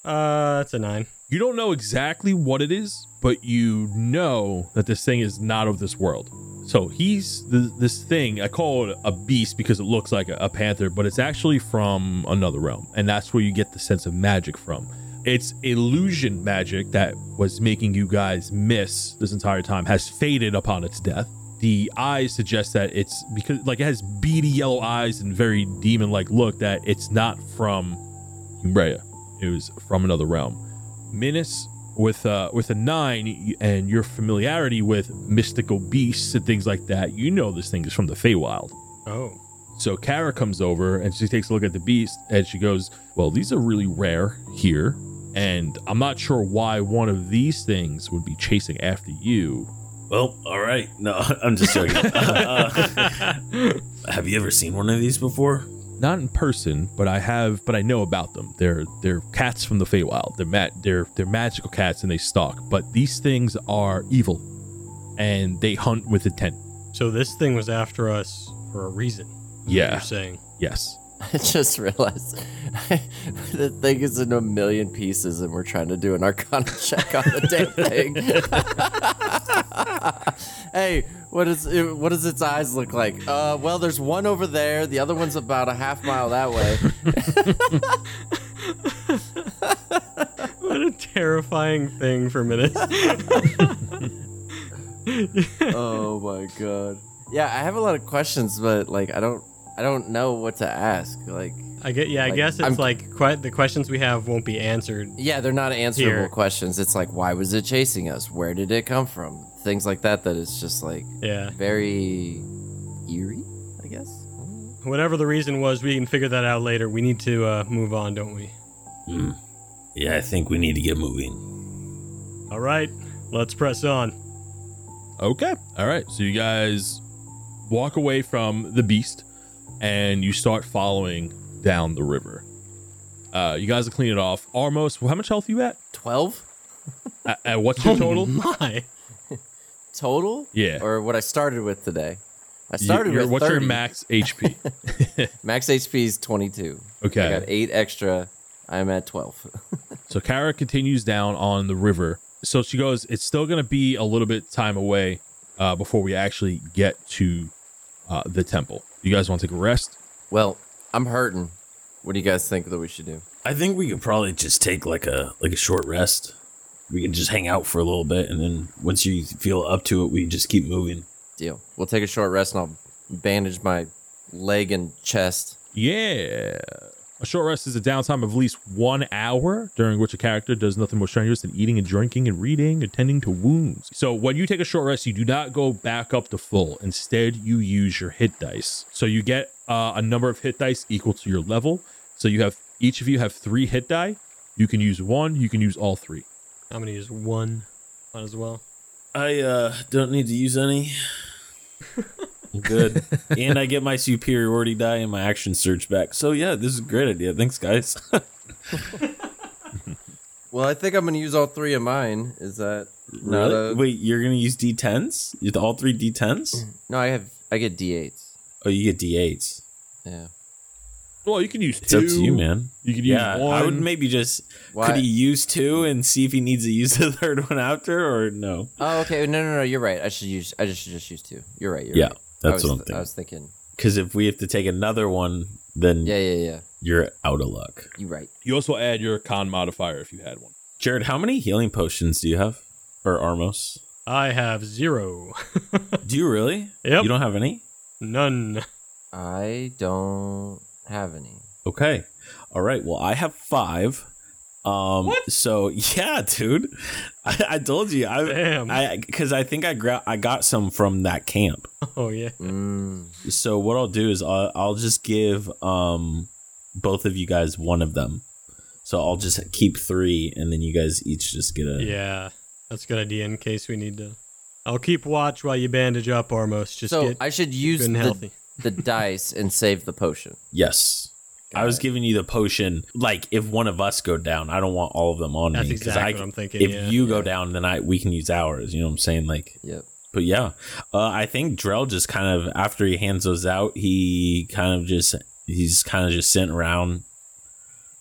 [SPEAKER 3] Uh that's a nine.
[SPEAKER 1] You don't know exactly what it is, but you know that this thing is not of this world. So he's th- this thing. I call it a beast because it looks like a, a panther, but it's actually from another realm, and that's where you get the sense of magic from. It's illusion magic that was making you guys miss this entire time has faded upon its death. The eyes suggest that it's because, like, it has beady yellow eyes and very demon-like look. That it's not from Umbrea. It was from another realm. Minas with uh, with a nine y- and your familiarity with mystical beasts and things like that, you know this thing is from the Feywild.
[SPEAKER 3] Oh.
[SPEAKER 1] So Kara comes over and she takes a look at the beast and she goes, "Well, these are really rare here, and I'm not sure why one of these things would be chasing after you."
[SPEAKER 4] Well, all right. [LAUGHS]
[SPEAKER 1] [LAUGHS]
[SPEAKER 4] No, I'm just joking. Uh, have you ever seen one of these before?
[SPEAKER 1] not in person, but I have, but I know about them. They're they're cats from the Feywild. They're ma- they're they're magical cats and they stalk. But these things are evil, and they hunt with intent.
[SPEAKER 3] So this thing was after us for a reason. You're
[SPEAKER 1] Yeah.
[SPEAKER 3] saying
[SPEAKER 1] Yes.
[SPEAKER 2] [LAUGHS] I just realized [LAUGHS] the thing is in a million pieces, and we're trying to do an Arcana [LAUGHS] check on the damn thing. [LAUGHS] hey, what is it, what does its eyes look like? Uh, well, there's one over there. The other one's about a half mile that way.
[SPEAKER 3] what a terrifying thing for minutes.
[SPEAKER 2] oh my god. Yeah, I have a lot of questions, but like, I don't, I don't know what to ask. Like,
[SPEAKER 3] [LAUGHS] I get. Yeah, I
[SPEAKER 2] Like,
[SPEAKER 3] guess it's
[SPEAKER 2] I'm-
[SPEAKER 3] like que- the questions we have won't be answered.
[SPEAKER 2] yeah, they're not answerable
[SPEAKER 3] Here.
[SPEAKER 2] questions. It's like, why was it chasing us? Where did it come from? Things like that. That it's just like.
[SPEAKER 3] Yeah.
[SPEAKER 2] very eerie, I guess.
[SPEAKER 3] Whatever the reason was, we can figure that out later. We need to uh, move on, don't we?
[SPEAKER 4] Hmm. Yeah, I think we need to get moving.
[SPEAKER 3] All right, let's press on.
[SPEAKER 1] Okay. All right. So you guys walk away from the beast and you start following down the river. Uh, you guys are cleaning it off. Armos, how much health you at?
[SPEAKER 2] 12
[SPEAKER 1] Uh, uh, what's your total?
[SPEAKER 3] Oh My.
[SPEAKER 2] total?
[SPEAKER 1] Yeah.
[SPEAKER 2] Or what I started with today. I [LAUGHS] started
[SPEAKER 1] Your-
[SPEAKER 2] with
[SPEAKER 1] what's
[SPEAKER 2] 30.
[SPEAKER 1] your
[SPEAKER 2] [LAUGHS]
[SPEAKER 1] max HP?
[SPEAKER 2] Max HP is 22.
[SPEAKER 1] Okay.
[SPEAKER 2] I got 8 extra. I'm at 12.
[SPEAKER 1] So Kara continues down on the river. So she goes, it's still going to be a little bit time away uh, before we actually get to uh, the temple. You guys want to take a rest?
[SPEAKER 2] [LAUGHS] well, I'm hurting. What do you guys think that we should do?
[SPEAKER 4] I think we could probably just take like a like a short rest. We can just hang out for a little bit, and then once you feel up to it, we just keep moving.
[SPEAKER 2] Deal. We'll take a short rest and I'll bandage my leg and chest.
[SPEAKER 1] Yeah. A short rest is a downtime of at least one hour during which a character does nothing more strenuous than eating and drinking and reading and tending to wounds. So when you take a short rest, you do not go back up to full. Instead, you use your hit dice. So you get uh, a number of hit dice equal to your level. So you have each of you have three hit die. You can use one. You can use all three.
[SPEAKER 3] I'm gonna use one. Might as well.
[SPEAKER 4] I uh don't need to use any. I'm
[SPEAKER 1] [LAUGHS]
[SPEAKER 4] good. and I get my superiority die and my action search back. So yeah, this is a great idea. Thanks, guys.
[SPEAKER 2] Well, I think I'm going to use all three of mine. Is that not
[SPEAKER 4] Really?
[SPEAKER 2] a-
[SPEAKER 4] Wait, you're gonna use D10s? You all three D10s?
[SPEAKER 2] No, I have I get d8s.
[SPEAKER 4] Oh, you get D8s.
[SPEAKER 2] Yeah.
[SPEAKER 1] Well, you can use
[SPEAKER 4] It's
[SPEAKER 1] two.
[SPEAKER 4] up to you, man.
[SPEAKER 1] You can use
[SPEAKER 4] Yeah,
[SPEAKER 1] one.
[SPEAKER 4] I would maybe just
[SPEAKER 2] Why?
[SPEAKER 4] could he use two and see if he needs to use [LAUGHS] the third one after or no?
[SPEAKER 2] Oh, okay. No, no, no. You're right. I should use. I just should just use two. You're right. You're
[SPEAKER 4] Yeah,
[SPEAKER 2] right.
[SPEAKER 4] that's
[SPEAKER 2] I was,
[SPEAKER 4] what I'm thinking.
[SPEAKER 2] I was thinking.
[SPEAKER 4] Because if we have to take another one, then
[SPEAKER 2] Yeah, yeah, yeah.
[SPEAKER 4] you're out of luck.
[SPEAKER 2] You're right.
[SPEAKER 1] you also add your con modifier if you had one.
[SPEAKER 4] Jared, how many healing potions do you have? Or Armos?
[SPEAKER 3] I have zero.
[SPEAKER 4] [LAUGHS] Do you really?
[SPEAKER 3] Yep.
[SPEAKER 4] You don't have any?
[SPEAKER 3] None.
[SPEAKER 2] I don't have any.
[SPEAKER 4] Okay. All right. Well, I have five. Um, So [LAUGHS] yeah, dude, I, I told you, I,
[SPEAKER 3] Damn.
[SPEAKER 4] I, because I think I gra- I got some from that camp.
[SPEAKER 3] Oh yeah.
[SPEAKER 2] Mm.
[SPEAKER 4] So what I'll do is I'll, I'll just give um both of you guys one of them. So I'll just keep three, and then you guys each just get a.
[SPEAKER 3] Yeah. That's a good idea in case we need to. I'll keep watch while you bandage up, Armos. Just
[SPEAKER 2] So
[SPEAKER 3] get
[SPEAKER 2] I should
[SPEAKER 3] good
[SPEAKER 2] use
[SPEAKER 3] and
[SPEAKER 2] the,
[SPEAKER 3] healthy.
[SPEAKER 2] the dice and save the potion.
[SPEAKER 4] Yes. [LAUGHS] I was giving you the potion. Like if one of us go down, I don't want all of them on
[SPEAKER 3] That's
[SPEAKER 4] me. 'cause
[SPEAKER 3] exactly
[SPEAKER 4] I-
[SPEAKER 3] what I'm thinking.
[SPEAKER 4] If
[SPEAKER 3] yeah.
[SPEAKER 4] you go down, then I we can use ours. You know what I'm saying? Like
[SPEAKER 2] Yep.
[SPEAKER 4] But yeah, uh, I think Drell just kind of after he hands those out, he kind of just he's kind of just sitting around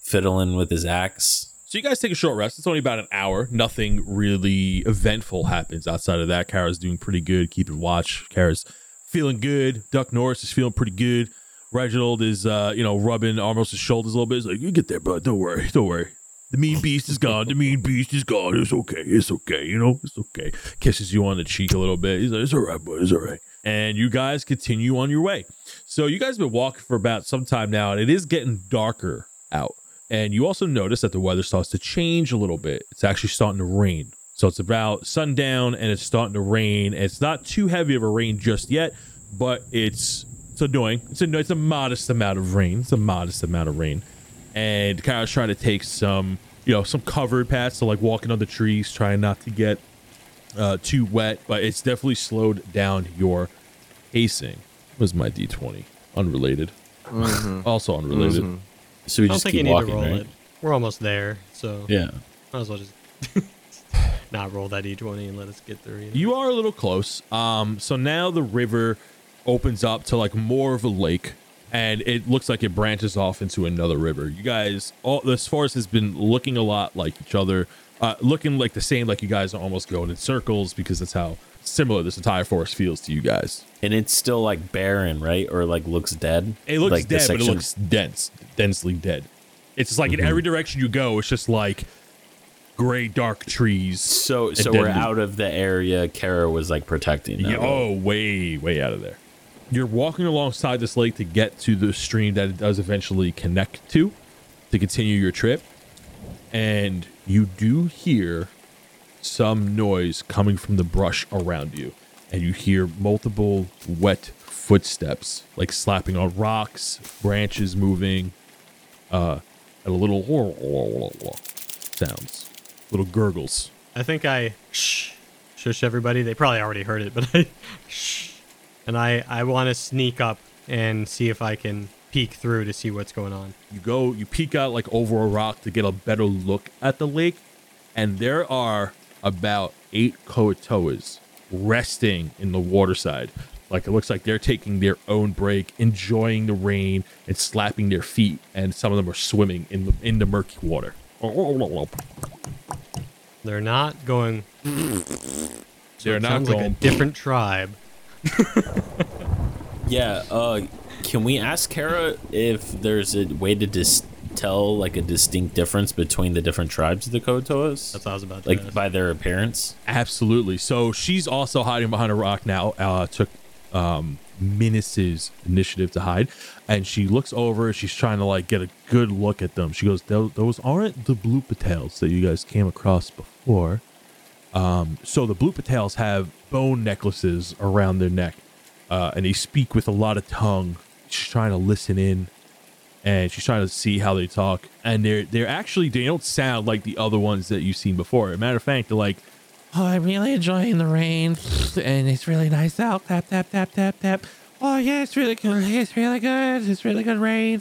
[SPEAKER 4] fiddling with his axe.
[SPEAKER 1] So you guys take a short rest. It's only about an hour. Nothing really eventful happens outside of that. Kara's doing pretty good, keeping watch. Kara's feeling good. Duck Norris is feeling pretty good. Reginald is, uh, you know, rubbing Armos' shoulders a little bit. He's like, "You get there, bud. Don't worry. Don't worry. The mean beast is gone. The mean beast is gone. It's okay. It's okay. You know, it's okay." Kisses you on the cheek a little bit. He's like, "It's all right, bud. It's all right." And you guys continue on your way. So you guys have been walking for about some time now, and it is getting darker out. And you also notice that the weather starts to change a little bit. It's actually starting to rain. So it's about sundown and it's starting to rain. And It's not too heavy of a rain just yet, but it's it's annoying. It's a it's a modest amount of rain. It's a modest amount of rain. And kind of trying to take some, you know, some covered paths, so like walking on the trees, trying not to get uh, too wet, but it's definitely slowed down your pacing. Was my D twenty unrelated? Also unrelated.
[SPEAKER 4] So we
[SPEAKER 3] I don't
[SPEAKER 4] just
[SPEAKER 3] think you
[SPEAKER 4] keep
[SPEAKER 3] need to
[SPEAKER 4] walking,
[SPEAKER 3] roll
[SPEAKER 4] right?
[SPEAKER 3] it. We're almost there, so
[SPEAKER 4] Yeah.
[SPEAKER 3] might as well just [LAUGHS] not roll that d20 and let us get through. You know?
[SPEAKER 1] You are a little close. Um, so now the river opens up to like more of a lake, and it looks like it branches off into another river. You guys, all this forest has been looking a lot like each other, uh, looking like the same. Like you guys are almost going in circles because that's how similar this entire forest feels to you guys.
[SPEAKER 4] And it's still like barren, right? Or like looks dead.
[SPEAKER 1] It looks
[SPEAKER 4] like the
[SPEAKER 1] dead, but it
[SPEAKER 4] section- Mm-hmm.
[SPEAKER 1] looks dense, densely dead. It's just like in every direction you go, it's just like gray, dark trees.
[SPEAKER 4] So so
[SPEAKER 1] dead
[SPEAKER 4] we're
[SPEAKER 1] leaf.
[SPEAKER 4] out of the area Kara was like protecting. that
[SPEAKER 1] Yeah,
[SPEAKER 4] little-
[SPEAKER 1] oh, way, way out of there. You're walking alongside this lake to get to the stream that it does eventually connect to to continue your trip. And you do hear some noise coming from the brush around you. And you hear multiple wet footsteps, like slapping on rocks, branches moving, uh, and a little [LAUGHS] sounds, little gurgles.
[SPEAKER 3] I think I shh, shush everybody. They probably already heard it, but I [LAUGHS] shh, and I I want to sneak up and see if I can peek through to see what's going on.
[SPEAKER 1] you go you peek out like over a rock to get a better look at the lake and there are about eight koatoas resting in the waterside like it looks like they're taking their own break enjoying the rain and slapping their feet and some of them are swimming in the in the murky
[SPEAKER 3] [LAUGHS]
[SPEAKER 1] water
[SPEAKER 3] They're not going.
[SPEAKER 1] they're not
[SPEAKER 3] sounds like a
[SPEAKER 1] going
[SPEAKER 3] different tribe.
[SPEAKER 4] Yeah. Uh, can we ask Kara if there's a way to dis- tell like a distinct difference between the different tribes of the Kotoas?
[SPEAKER 3] That's what I was about to
[SPEAKER 4] like
[SPEAKER 3] ask.
[SPEAKER 4] by their appearance.
[SPEAKER 1] absolutely so she's also hiding behind a rock now uh took um Minus's initiative to hide and she looks over she's trying to like get a good look at them she goes "Tho- those aren't the blue patels that you guys came across before um so the blue patels have bone necklaces around their neck uh and they speak with a lot of tongue she's trying to listen in and she's trying to see how they talk and they're they're actually they don't sound like the other ones that you've seen before matter of fact they're like oh i'm really enjoying the rain and it's really nice out tap tap tap tap tap oh yeah it's really good it's really good it's really good rain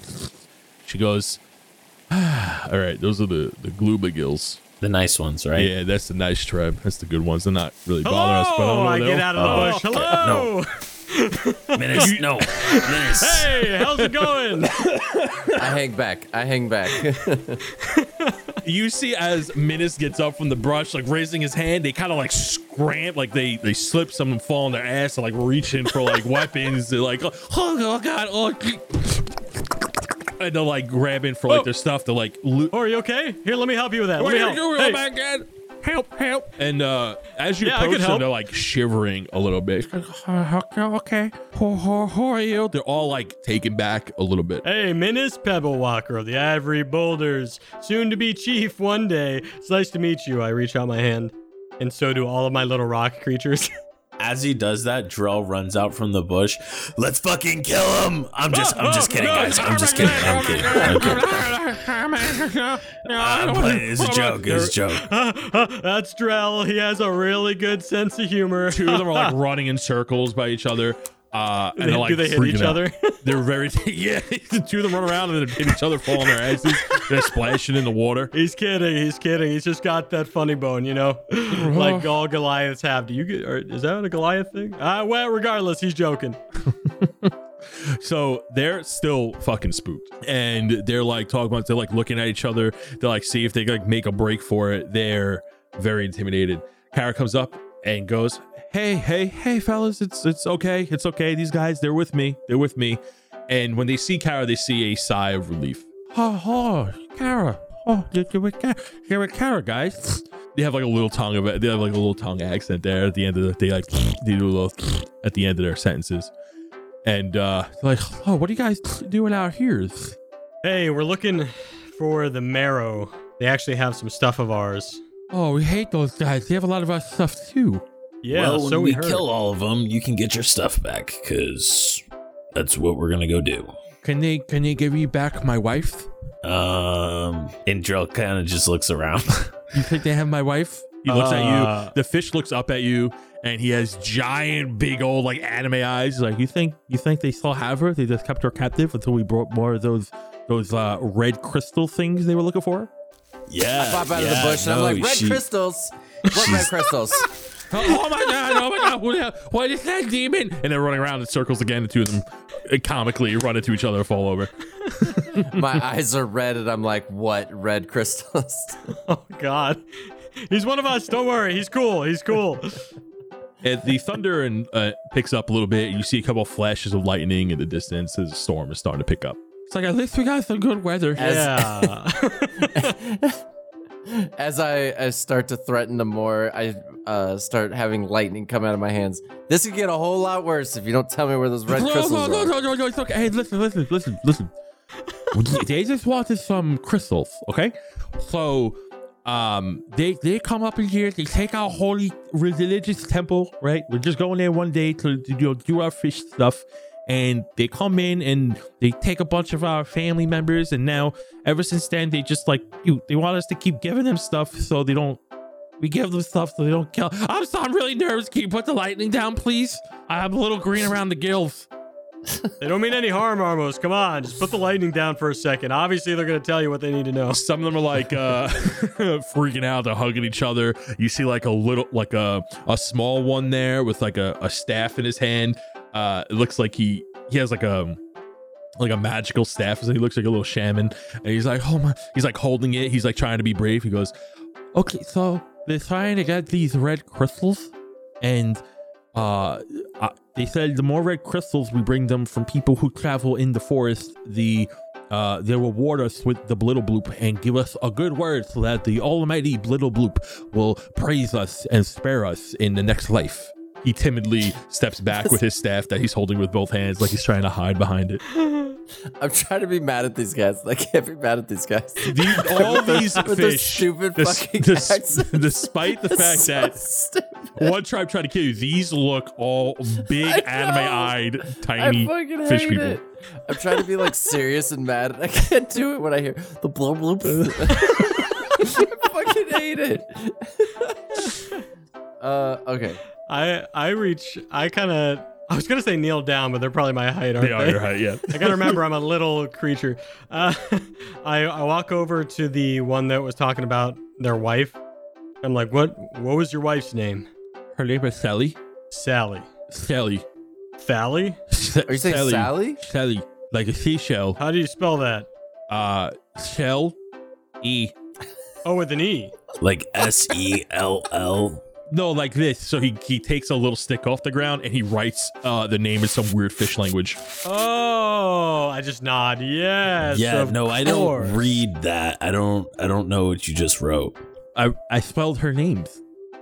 [SPEAKER 1] she goes [SIGHS] all right those are the the glubagills
[SPEAKER 4] The nice ones, right?
[SPEAKER 1] yeah that's the nice tribe that's the good ones they're not really
[SPEAKER 3] Hello!
[SPEAKER 1] bothering us but
[SPEAKER 3] I
[SPEAKER 1] Oh, i don't know
[SPEAKER 3] get
[SPEAKER 1] though.
[SPEAKER 3] out of the bush. Hello.
[SPEAKER 4] [LAUGHS] Minutes, no. Minutes.
[SPEAKER 3] Hey, how's it going?
[SPEAKER 2] I hang back. I hang
[SPEAKER 4] [LAUGHS]
[SPEAKER 2] back.
[SPEAKER 1] you see as Minus gets up from the brush, like raising his hand, they kind of like scramp, like they they slip, some of them fall on their ass, and like reaching for like [LAUGHS] weapons. They're like, oh, oh [LAUGHS] god, oh. And they're like grabbing for like their stuff to like loot.
[SPEAKER 3] Oh, are you okay? Here, let me help you with that. Let me help. Hey.
[SPEAKER 1] Help, help. And uh, as you
[SPEAKER 3] Yeah, I
[SPEAKER 1] approach
[SPEAKER 3] could
[SPEAKER 1] them,
[SPEAKER 3] help.
[SPEAKER 1] they're like shivering a little bit. Okay, okay. Who, who, who are you? They're all like taken back a little bit.
[SPEAKER 3] Hey, Minis Pebble Walker of the Ivory Boulders, soon to be chief one day. It's nice to meet you. I reach out my hand, and so do all of my little rock creatures. [LAUGHS]
[SPEAKER 4] As he does that, Drell runs out from the bush. Let's fucking kill him! I'm just, I'm just kidding, guys. I'm just kidding. I'm kidding. I'm kidding.
[SPEAKER 1] Ah,
[SPEAKER 4] I'm playing. It's a joke. It's a joke.
[SPEAKER 3] [LAUGHS] That's Drell. He has a really good sense of humor.
[SPEAKER 1] two of them are like running in circles by each other. Uh, and
[SPEAKER 3] They-
[SPEAKER 1] they're, like,
[SPEAKER 3] do they hit each
[SPEAKER 1] freaking out.
[SPEAKER 3] other?
[SPEAKER 1] They're very [LAUGHS] yeah. The two of them run around and they hit [LAUGHS] each other, fall on their asses. They're splashing in the water.
[SPEAKER 3] He's kidding. He's kidding. He's just got that funny bone, you know, like all Goliaths have. Do you get? Or is that a Goliath thing? Ah, well, regardless, he's joking.
[SPEAKER 1] So they're still fucking spooked, and they're like talking about. They're like looking at each other. They're like see if they can, like make a break for it. They're very intimidated. Kara comes up and goes, "Hey, hey, hey, fellas, it's it's okay, it's okay. These guys, they're with me. They're with me." And when they see Kara, they see a sigh of relief. Oh, oh Kara. Oh, you're, you're, with Kara. you're with Kara, guys. They have like a little tongue of it. They have like a little tongue accent there at the end of the. They like they do a little at the end of their sentences, and uh they're like, oh, what are you guys doing out here?
[SPEAKER 3] Hey, we're looking for the marrow. They actually have some stuff of ours.
[SPEAKER 1] Oh, we hate those guys. They have a lot of our stuff too.
[SPEAKER 3] Yeah,
[SPEAKER 4] well,
[SPEAKER 3] so
[SPEAKER 4] when
[SPEAKER 3] we,
[SPEAKER 4] we
[SPEAKER 3] heard.
[SPEAKER 4] kill all of them, you can get your stuff back, cause that's what we're gonna go do.
[SPEAKER 1] Can they can they give me back my wife?
[SPEAKER 4] Um, and Drell kind of just looks around. [LAUGHS]
[SPEAKER 1] You think they have my wife? He looks at you.
[SPEAKER 3] Uh.
[SPEAKER 1] The fish looks up at you, and he has giant, big old like anime eyes. He's like,
[SPEAKER 5] You think you think they still have her? They just kept her captive until we brought more of those those uh, red crystal things they were looking for.
[SPEAKER 4] Yeah.
[SPEAKER 2] I pop out of
[SPEAKER 4] yeah,
[SPEAKER 2] the bush and
[SPEAKER 4] no,
[SPEAKER 2] I'm like, red
[SPEAKER 4] she-
[SPEAKER 2] crystals. What red
[SPEAKER 4] [LAUGHS]
[SPEAKER 2] crystals?
[SPEAKER 1] oh my god, oh my god, what, the- what is that demon? And they're running around in circles again. The two of them uh, comically run into each other, and fall over.
[SPEAKER 2] My eyes are red and I'm like, what red crystals?
[SPEAKER 3] [LAUGHS]
[SPEAKER 2] [LAUGHS]
[SPEAKER 3] Oh God, he's one of us. Don't worry, he's cool. He's
[SPEAKER 4] [LAUGHS]
[SPEAKER 3] cool.
[SPEAKER 1] And the thunder and uh, picks up a little bit. You see a couple of flashes of lightning in the distance as the storm is starting to pick up.
[SPEAKER 5] It's like at least we got some good weather.
[SPEAKER 2] As-
[SPEAKER 3] yeah.
[SPEAKER 2] As I, I start to threaten them more, I uh, start having lightning come out of my hands. This could get a whole lot worse if you don't tell me where those red
[SPEAKER 5] no,
[SPEAKER 2] crystals
[SPEAKER 5] no, no,
[SPEAKER 2] are.
[SPEAKER 1] [LAUGHS]
[SPEAKER 5] no, no, no, it's okay. Hey, listen, listen, listen, listen. they just wanted some crystals, okay? So, um, they they come up in here, they take our holy religious temple, right? We're just going there one day to, to, you know, do our fish stuff, and they come in and they take a bunch of our family members, and now ever since then they just like you, they want us to keep giving them stuff so they don't. We give them stuff so they don't kill. I'm so I'm really nervous. Can you put the lightning down, please? I'm a little green around the gills.
[SPEAKER 3] they don't mean any harm, Armos. Come on, just put the lightning down for a second. Obviously, they're gonna tell you what they need to know.
[SPEAKER 1] Some of them are like uh, [LAUGHS] freaking out. They're hugging each other. You see like a little, like a a small one there with like a, a staff in his hand. Uh, it looks like he he has like a like a magical staff. So he looks like a little shaman, and he's like, oh my, he's like holding it. He's like trying to be brave. He goes,
[SPEAKER 5] Okay, so they're trying to get these red crystals, and uh, uh, they said the more red crystals we bring them from people who travel in the forest, the uh, they will reward us with the Blittle Bloop and give us a good word so that the almighty Blittle Bloop will praise us and spare us in the next life.
[SPEAKER 1] he timidly steps back with his staff that he's holding with both hands, like he's trying to hide behind it.
[SPEAKER 2] I'm trying to be mad at these guys. I can't be mad at these guys.
[SPEAKER 1] The- all these
[SPEAKER 2] [LAUGHS] With their
[SPEAKER 1] fish,
[SPEAKER 2] stupid
[SPEAKER 1] des-
[SPEAKER 2] fucking
[SPEAKER 1] des- [LAUGHS]
[SPEAKER 2] accents.
[SPEAKER 1] despite the fact
[SPEAKER 2] [LAUGHS] So
[SPEAKER 1] that
[SPEAKER 2] stupid.
[SPEAKER 1] one tribe tried to kill you. These look all big,
[SPEAKER 2] [LAUGHS] I know.
[SPEAKER 1] anime-eyed,
[SPEAKER 2] I
[SPEAKER 1] tiny
[SPEAKER 2] fucking
[SPEAKER 1] fish
[SPEAKER 2] hate
[SPEAKER 1] people.
[SPEAKER 2] it. I'm trying to be like serious and mad, and I can't do it when I hear the blow [LAUGHS] bloop.
[SPEAKER 1] [LAUGHS]
[SPEAKER 2] I fucking hate it. [LAUGHS] uh, okay.
[SPEAKER 3] I I reach. I kind of. I was gonna say kneel down, but they're probably my height, aren't
[SPEAKER 1] They
[SPEAKER 3] they?
[SPEAKER 1] are your height, yeah.
[SPEAKER 3] I gotta remember, I'm a little creature. Uh, [LAUGHS] I I walk over to the one that was talking about their wife. I'm like, what? What was your wife's name?
[SPEAKER 5] Her name is Sally.
[SPEAKER 3] Sally.
[SPEAKER 5] Sally.
[SPEAKER 3] Sally?
[SPEAKER 2] Are you saying Sally?
[SPEAKER 5] Sally, like a seashell.
[SPEAKER 3] How do you spell that?
[SPEAKER 5] Uh, shell, e.
[SPEAKER 3] Oh, with an E.
[SPEAKER 4] Like S E L L.
[SPEAKER 1] No, like this. So he, he takes a little stick off the ground and he writes uh, the name in some weird fish language.
[SPEAKER 3] Oh, I just nod. Yes.
[SPEAKER 4] Yeah,
[SPEAKER 3] of
[SPEAKER 4] no, I
[SPEAKER 3] course.
[SPEAKER 4] don't read that. I don't I don't know what you just wrote.
[SPEAKER 5] I I spelled her names.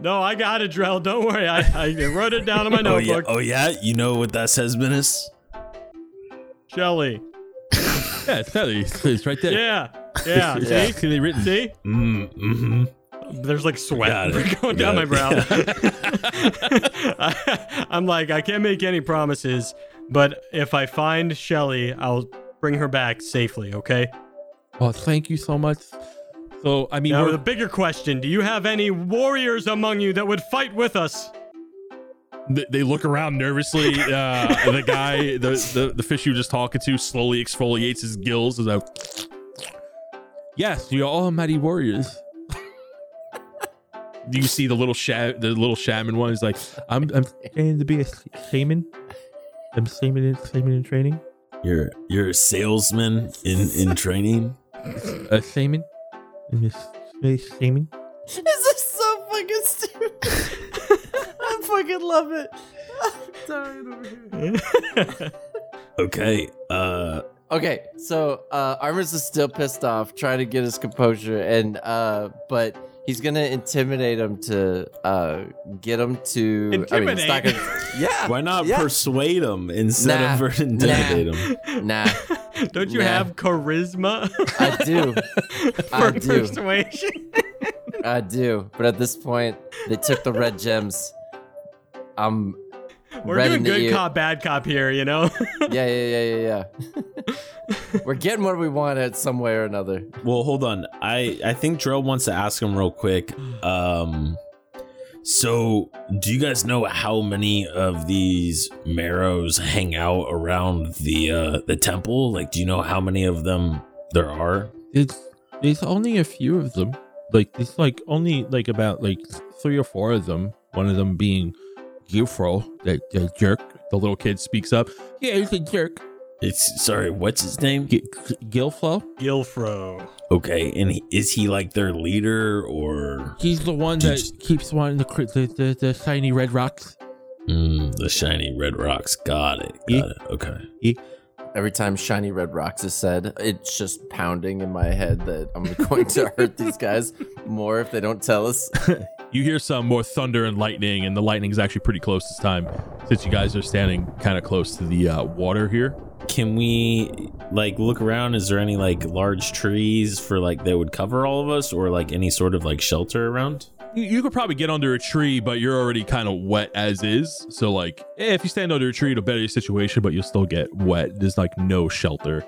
[SPEAKER 3] No, I got it, Drell. Don't worry. I, I wrote it down in my
[SPEAKER 4] [LAUGHS] Oh yeah,
[SPEAKER 3] notebook.
[SPEAKER 4] oh yeah, you know what that says, Menace?
[SPEAKER 3] Shelly.
[SPEAKER 5] Yeah, Sally. It's, it's right there.
[SPEAKER 3] Yeah.
[SPEAKER 1] [LAUGHS]
[SPEAKER 3] Yeah.
[SPEAKER 2] Yeah.
[SPEAKER 3] See? See?
[SPEAKER 4] Mm, mm-hmm.
[SPEAKER 3] There's like sweat
[SPEAKER 4] Got it.
[SPEAKER 3] [LAUGHS] going down
[SPEAKER 4] Got
[SPEAKER 3] my
[SPEAKER 4] it.
[SPEAKER 3] brow.
[SPEAKER 2] [LAUGHS]
[SPEAKER 3] [LAUGHS] I, am like, I can't make any promises, but if I find Shelly, I'll bring her back safely, okay?
[SPEAKER 5] Oh, thank you so much. So I mean,
[SPEAKER 3] Now,
[SPEAKER 5] we're-
[SPEAKER 3] the bigger question do you have any warriors among you that would fight with us?
[SPEAKER 1] They, they look around nervously. Uh, the guy, the, the, the fish you were just talking to, slowly exfoliates his gills. As a,
[SPEAKER 5] yes, we are almighty warriors.
[SPEAKER 1] you see the little sha- the little shaman one is like,
[SPEAKER 5] I'm I'm training to be a s- shaman. I'm shaman in shaman in training.
[SPEAKER 4] You're you're a salesman in
[SPEAKER 2] [LAUGHS]
[SPEAKER 4] in training.
[SPEAKER 5] A shaman. I'm a s- a shaman.
[SPEAKER 2] This is so fucking stupid. I fucking love it.
[SPEAKER 4] Okay. Uh
[SPEAKER 2] Okay, so uh, Armors is still pissed off, trying to get his composure, and uh, but he's gonna intimidate him to uh, get him to. I mean, it's not
[SPEAKER 3] Intimidate?
[SPEAKER 2] gonna,
[SPEAKER 3] [LAUGHS]
[SPEAKER 2] yeah,
[SPEAKER 4] why not
[SPEAKER 2] Ah, Yeah.
[SPEAKER 4] persuade him instead
[SPEAKER 2] Nah.
[SPEAKER 4] of [LAUGHS] intimidate him?
[SPEAKER 2] nah,
[SPEAKER 3] [LAUGHS] Don't you
[SPEAKER 2] Nah.
[SPEAKER 3] have charisma [LAUGHS]
[SPEAKER 2] I do, I
[SPEAKER 3] for
[SPEAKER 2] do,
[SPEAKER 3] persuasion? [LAUGHS]
[SPEAKER 2] I do. But at this point, they took the red gems. I'm
[SPEAKER 3] We're
[SPEAKER 2] red in
[SPEAKER 3] doing
[SPEAKER 2] the
[SPEAKER 3] good
[SPEAKER 2] ear.
[SPEAKER 3] cop, bad cop here, you know? [LAUGHS]
[SPEAKER 2] Yeah, yeah, yeah, yeah, yeah. We're getting what we want at some way or another.
[SPEAKER 4] Well, hold on. I I think Drell wants to ask him real quick. Um, So, do you guys know how many of these marrows hang out around the uh, the temple? Like, do you know how many of them there are?
[SPEAKER 5] It's there's only a few of them. Like it's like only like about like three or four of them. One of them being Gifro, that, that jerk. The little kid speaks up. Yeah, he's a jerk.
[SPEAKER 4] It's sorry, what's his name?
[SPEAKER 5] G- Gilflo.
[SPEAKER 3] Gilfro.
[SPEAKER 4] Okay, and he- is he like their leader or
[SPEAKER 5] He's the one
[SPEAKER 4] Did
[SPEAKER 5] that keeps wanting the, cri- the the the shiny red rocks.
[SPEAKER 4] Mm, the shiny red rocks? Got it. Got
[SPEAKER 5] Ye-
[SPEAKER 4] it. Okay.
[SPEAKER 2] Every time shiny red rocks is said, it's just pounding in my head that I'm [LAUGHS] going to hurt these guys more if they don't tell us.
[SPEAKER 1] You hear some more thunder and lightning, and the lightning is actually pretty close this time, since you guys are standing kind of close to the uh, water here.
[SPEAKER 4] Can we like look around? Is there any like large trees for like that would cover all of us, or like any sort of like shelter around?
[SPEAKER 1] You, you could probably get under a tree, but you're already kind of wet as is. So, like, eh, if you stand under a tree, it'll better your situation, but you'll still get wet. There's like no shelter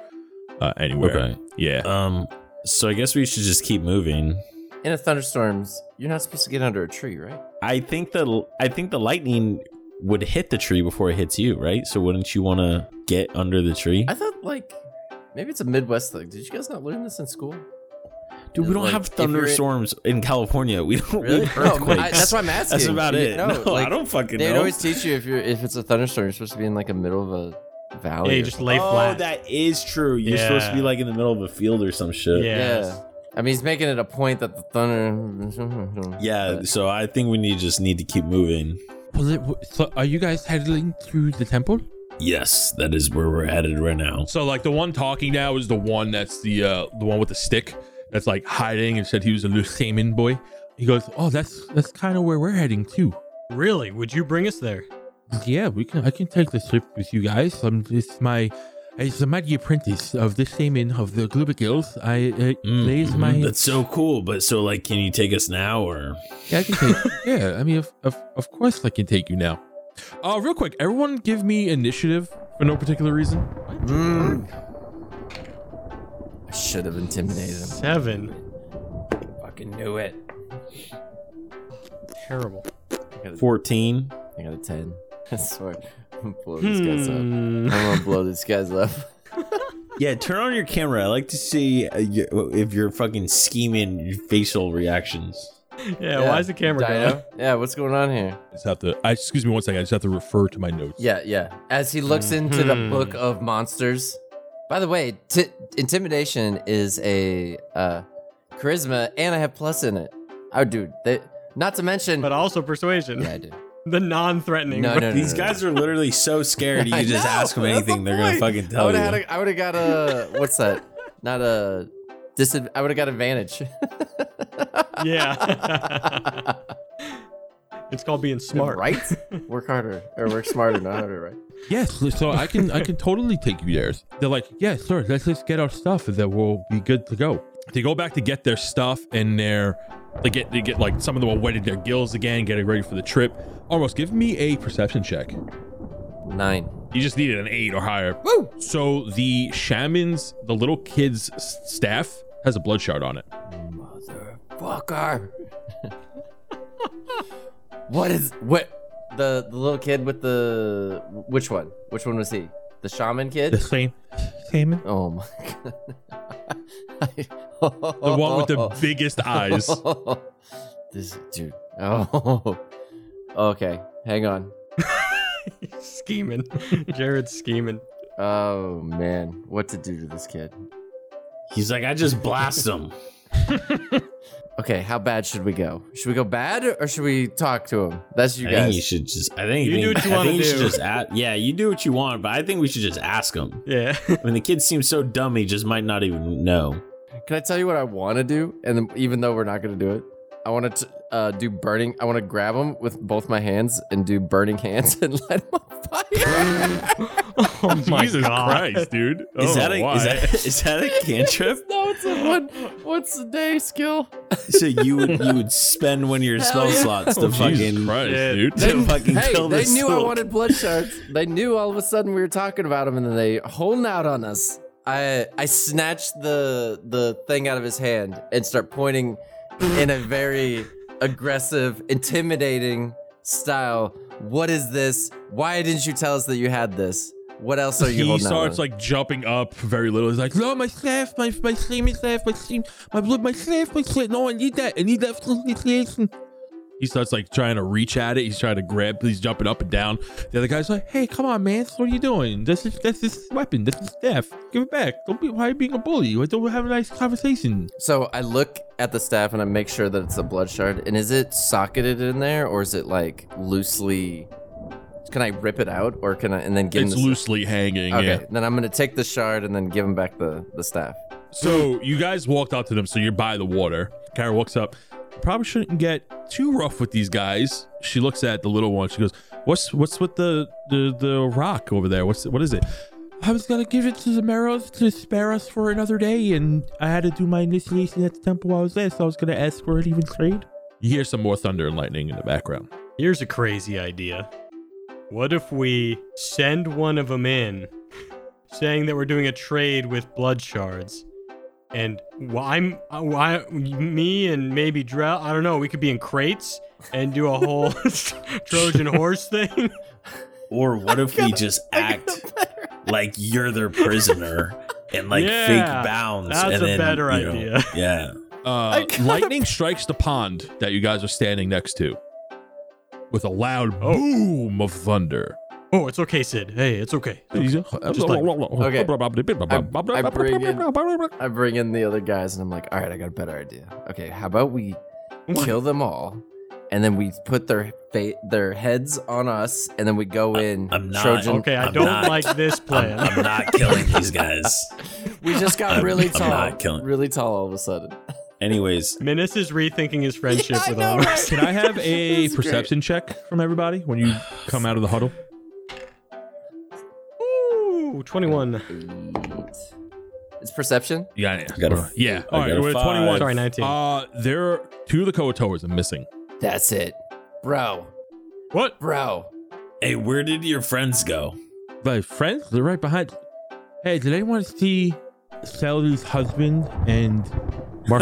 [SPEAKER 1] uh, anywhere. Yeah.
[SPEAKER 5] Uh,
[SPEAKER 4] Um. So I guess we should just keep moving.
[SPEAKER 2] In a thunderstorms, you're not supposed to get under a tree, right?
[SPEAKER 4] I think the I think the lightning would hit the tree before it hits you, right? So wouldn't you want to get under the tree?
[SPEAKER 2] I thought like maybe it's a Midwest thing. Did you guys not learn this in school?
[SPEAKER 4] Dude, we don't
[SPEAKER 2] Like,
[SPEAKER 4] have
[SPEAKER 2] if you're in-
[SPEAKER 4] thunderstorms in, California. We don't
[SPEAKER 2] Really?
[SPEAKER 4] we [LAUGHS] have
[SPEAKER 2] [LAUGHS] No,
[SPEAKER 4] earthquakes.
[SPEAKER 2] I- that's why I'm asking.
[SPEAKER 4] That's about
[SPEAKER 2] You
[SPEAKER 4] it. No,
[SPEAKER 2] know, like,
[SPEAKER 4] I don't fucking
[SPEAKER 2] They'd
[SPEAKER 4] know.
[SPEAKER 2] always teach you if you're if it's a thunderstorm, you're supposed to be in like the middle of a valley.
[SPEAKER 3] Yeah,
[SPEAKER 2] or
[SPEAKER 3] you just lay
[SPEAKER 4] oh,
[SPEAKER 3] flat.
[SPEAKER 4] that is true. You're supposed to be
[SPEAKER 3] Yeah.
[SPEAKER 4] like in the middle of a field or some shit.
[SPEAKER 3] Yeah.
[SPEAKER 2] Yeah. I mean, he's making it a point that the thunder. [LAUGHS]
[SPEAKER 4] Yeah, so I think we need just need to keep moving.
[SPEAKER 5] Was it? So are you guys heading to the temple?
[SPEAKER 4] Yes, that is where we're headed right now.
[SPEAKER 1] So like the one talking now is the one that's the uh the one with the stick that's like hiding and said he was a Lusaman boy.
[SPEAKER 5] He goes, oh, that's that's kind of where we're heading too.
[SPEAKER 3] Really? Would you bring us there?
[SPEAKER 5] Yeah, we can. I can take the trip with you guys. I'm just my. It's my apprentice of the shaman of the Glubigils. I uh,
[SPEAKER 1] Mm-hmm.
[SPEAKER 4] Mm,
[SPEAKER 5] lays
[SPEAKER 4] mhm,
[SPEAKER 5] my.
[SPEAKER 4] That's so cool. But so like can you take us now or
[SPEAKER 5] Yeah, I can take. [LAUGHS] yeah, I mean, of, of of course, I can take you now.
[SPEAKER 1] Uh real quick, everyone give me initiative for no particular reason.
[SPEAKER 2] I should have intimidated him.
[SPEAKER 3] Seven.
[SPEAKER 2] Fucking knew it.
[SPEAKER 3] Terrible.
[SPEAKER 2] I got a,
[SPEAKER 4] 14?
[SPEAKER 2] I got a 10. [LAUGHS] I swear. I'm gonna blow these guys
[SPEAKER 4] Hmm.
[SPEAKER 2] up.
[SPEAKER 3] Hmm.
[SPEAKER 2] I'm gonna blow these guys up.
[SPEAKER 4] Yeah, turn on your camera. I like to see uh, your, if you're fucking scheming your facial reactions.
[SPEAKER 3] [LAUGHS] Yeah, why is the camera
[SPEAKER 2] Dino?
[SPEAKER 3] going?
[SPEAKER 2] Yeah, what's going on here?
[SPEAKER 1] I just have to I excuse me one second, I just have to refer to my notes.
[SPEAKER 2] Yeah, yeah. As he looks into the book of monsters. By the way, t- intimidation is a uh, charisma, and I have plus in it. Oh, dude. They, not to mention.
[SPEAKER 3] But also
[SPEAKER 2] [LAUGHS]
[SPEAKER 3] persuasion.
[SPEAKER 2] yeah, I do.
[SPEAKER 3] The non-threatening.
[SPEAKER 2] No, no,
[SPEAKER 3] one.
[SPEAKER 2] no.
[SPEAKER 4] These
[SPEAKER 2] no, no.
[SPEAKER 4] guys are literally so scared. [LAUGHS] You
[SPEAKER 2] I
[SPEAKER 4] can just
[SPEAKER 2] know,
[SPEAKER 4] ask them
[SPEAKER 2] that's
[SPEAKER 4] anything,
[SPEAKER 2] the
[SPEAKER 4] they're gonna
[SPEAKER 2] point.
[SPEAKER 4] fucking
[SPEAKER 2] I
[SPEAKER 4] tell
[SPEAKER 2] would
[SPEAKER 4] you.
[SPEAKER 2] have had a, I would have got a what's that? Not a disadvantage. I would have got advantage.
[SPEAKER 3] Yeah. [LAUGHS] it's called being
[SPEAKER 2] [LAUGHS]
[SPEAKER 3] smart.
[SPEAKER 2] right? work harder or work smarter, not harder, right?
[SPEAKER 5] Yes, so I can I can totally take you there. They're like, yeah, sir. Let's just get our stuff, and then we'll be good to go.
[SPEAKER 1] They go back to get their stuff and their they get they get like some of them are wetting their gills again, getting ready for the trip. Almost give me a perception check.
[SPEAKER 2] Nine.
[SPEAKER 1] You just needed an eight or higher. Woo! So the shaman's the little kid's s- staff has a blood shard on it.
[SPEAKER 2] Fucker. what is what? The the little kid with the which one? Which one was he? The shaman
[SPEAKER 5] The
[SPEAKER 2] kid?
[SPEAKER 5] same, shaman.
[SPEAKER 2] Oh my god.
[SPEAKER 1] The one with
[SPEAKER 4] Uh,
[SPEAKER 1] the
[SPEAKER 2] [LAUGHS]
[SPEAKER 1] biggest
[SPEAKER 4] [LAUGHS]
[SPEAKER 1] eyes.
[SPEAKER 2] this dude. Oh. Okay. Hang on.
[SPEAKER 3] [LAUGHS] scheming. Jared's scheming.
[SPEAKER 2] Oh man, what to do to this kid?
[SPEAKER 4] He's like, I just blast them.
[SPEAKER 2] Okay, how bad should we go? Should we go bad or should we talk to him? That's you
[SPEAKER 4] I think [LAUGHS] you
[SPEAKER 2] guys.
[SPEAKER 4] should just. I think
[SPEAKER 3] You do what you
[SPEAKER 4] I
[SPEAKER 3] wanna
[SPEAKER 4] think should
[SPEAKER 3] do.
[SPEAKER 4] Just ask, yeah, you do what you want, but I think we should just ask him.
[SPEAKER 3] Yeah.
[SPEAKER 4] I mean, the kid seems so dumb; he just might not even know.
[SPEAKER 2] Can I tell you what I want to do? And then, even though we're not going to do it, I want to uh, do burning. I want to grab him with both my hands and do burning [LAUGHS] hands and light him on fire. [LAUGHS]
[SPEAKER 3] oh my
[SPEAKER 1] Jesus
[SPEAKER 3] god.
[SPEAKER 1] Christ, dude.
[SPEAKER 4] Is
[SPEAKER 1] Oh,
[SPEAKER 4] that a
[SPEAKER 1] why?
[SPEAKER 4] is that, [LAUGHS] is that a cantrip?
[SPEAKER 2] no, it's a one. What's the day skill?
[SPEAKER 4] [LAUGHS] so you would you would spend one of your spell
[SPEAKER 2] yeah.
[SPEAKER 4] slots
[SPEAKER 3] Oh,
[SPEAKER 4] to
[SPEAKER 1] Jesus
[SPEAKER 4] fucking
[SPEAKER 1] Christ,
[SPEAKER 3] Yeah.
[SPEAKER 1] dude.
[SPEAKER 4] to fucking
[SPEAKER 2] Hey,
[SPEAKER 4] kill
[SPEAKER 2] they
[SPEAKER 4] this.
[SPEAKER 2] knew I
[SPEAKER 4] little-
[SPEAKER 2] wanted blood shards. They knew all of a sudden we were talking about him, and then they holding out on us. I I snatched the the thing out of his hand and start pointing in a very aggressive, intimidating style. What is this? Why didn't you tell us that you had this? What else are you
[SPEAKER 1] he
[SPEAKER 2] holding on
[SPEAKER 1] starts
[SPEAKER 2] to?
[SPEAKER 1] like jumping up very little. He's like,
[SPEAKER 5] No, my staff, my my steam is staff, my steam, my blood, my staff, my staff. No, I need that. I need that for the creation.
[SPEAKER 1] he starts like trying to reach at it. He's trying to grab. He's jumping up and down.
[SPEAKER 5] The other guy's like, "Hey, come on, man! What are you doing? This is that's this weapon. That's is staff. Give it back. Don't be why are you being a bully. Why don't we have a nice conversation?"
[SPEAKER 2] so I look at the staff and I make sure that it's a blood shard. And is it socketed in there or is it like loosely? Can I rip it out or can I and then give him
[SPEAKER 1] it's
[SPEAKER 2] the
[SPEAKER 1] loosely hanging.
[SPEAKER 2] Okay,
[SPEAKER 1] Yeah.
[SPEAKER 2] then I'm gonna take the shard and then give him back the the staff.
[SPEAKER 1] So you guys walked out to them. So you're by the water. Kara walks up. Probably shouldn't get too rough with these guys. She looks at the little one. She goes, "What's what's with the the the rock over there? What's what is it?"
[SPEAKER 5] I was gonna give it to the Maros to spare us for another day, and I had to do my initiation at the temple while I was there, so I was gonna ask for an even trade.
[SPEAKER 1] You hear some more thunder and lightning in the background.
[SPEAKER 3] Here's a crazy idea. What if we send one of them in, saying that we're doing a trade with blood shards, and why I'm uh, why me and maybe Drell, I don't know, we could be in crates and do a whole [LAUGHS] Trojan horse thing. [LAUGHS]
[SPEAKER 4] Or what if we just act like you're their prisoner and like
[SPEAKER 3] Yeah,
[SPEAKER 4] fake bounds?
[SPEAKER 3] that's
[SPEAKER 4] and
[SPEAKER 3] a
[SPEAKER 4] then,
[SPEAKER 3] better
[SPEAKER 4] you know,
[SPEAKER 3] idea. [LAUGHS]
[SPEAKER 4] Yeah.
[SPEAKER 1] Uh, lightning strikes the pond that you guys are standing next to with a loud
[SPEAKER 3] Oh.
[SPEAKER 1] boom of thunder.
[SPEAKER 3] Oh, it's okay, Sid. Hey, it's okay.
[SPEAKER 2] Okay. I bring I bring in the other guys and I'm like, all right, I got a better idea. Okay, how about
[SPEAKER 4] [LAUGHS]
[SPEAKER 2] we kill them all, and then we put their fa- their heads on us, and then we go in
[SPEAKER 4] I'm not.
[SPEAKER 2] Trojan.
[SPEAKER 3] Okay, I
[SPEAKER 4] I'm
[SPEAKER 3] don't
[SPEAKER 4] not-
[SPEAKER 3] like this
[SPEAKER 4] I'm,
[SPEAKER 3] plan.
[SPEAKER 4] I'm not killing these guys.
[SPEAKER 2] We just got
[SPEAKER 4] [LAUGHS] I'm-
[SPEAKER 2] really
[SPEAKER 4] I'm
[SPEAKER 2] tall,
[SPEAKER 4] not killing-
[SPEAKER 2] really tall all of
[SPEAKER 1] [LAUGHS]
[SPEAKER 2] a sudden.
[SPEAKER 4] Anyways,
[SPEAKER 3] Menace is rethinking his friendship
[SPEAKER 2] I
[SPEAKER 3] with
[SPEAKER 2] know,
[SPEAKER 3] Omar.
[SPEAKER 2] right?
[SPEAKER 1] Can I
[SPEAKER 2] [LAUGHS]
[SPEAKER 1] have a
[SPEAKER 2] That's great.
[SPEAKER 1] perception check from everybody when you come out of the huddle?
[SPEAKER 3] Ooh, 21.
[SPEAKER 2] Eight. It's perception.
[SPEAKER 1] Yeah,
[SPEAKER 4] I got a-
[SPEAKER 1] yeah.
[SPEAKER 4] I
[SPEAKER 1] All right,
[SPEAKER 4] got a
[SPEAKER 1] we're at
[SPEAKER 4] five.
[SPEAKER 1] 21.
[SPEAKER 3] Sorry, 19.
[SPEAKER 1] Uh, there are two of the Koatoas are missing.
[SPEAKER 2] That's it, bro,
[SPEAKER 3] what?
[SPEAKER 2] bro.
[SPEAKER 4] hey, where did your friends go?
[SPEAKER 5] My friends, they're right behind. Hey, did anyone see Sally's husband and Mar-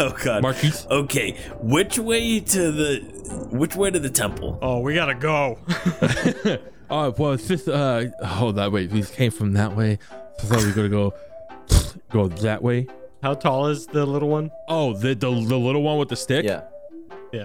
[SPEAKER 4] [LAUGHS] Oh,
[SPEAKER 1] [LAUGHS]
[SPEAKER 4] God.
[SPEAKER 5] Marquise?
[SPEAKER 4] Okay, which way to the which way to the temple?
[SPEAKER 3] Oh, we gotta go. [LAUGHS]
[SPEAKER 5] Oh, well, it's just, uh, oh, that way. We came from that way. So we're gonna go, go that way.
[SPEAKER 3] How tall is the little one?
[SPEAKER 1] Oh, the, the the little one with the stick.
[SPEAKER 2] Yeah.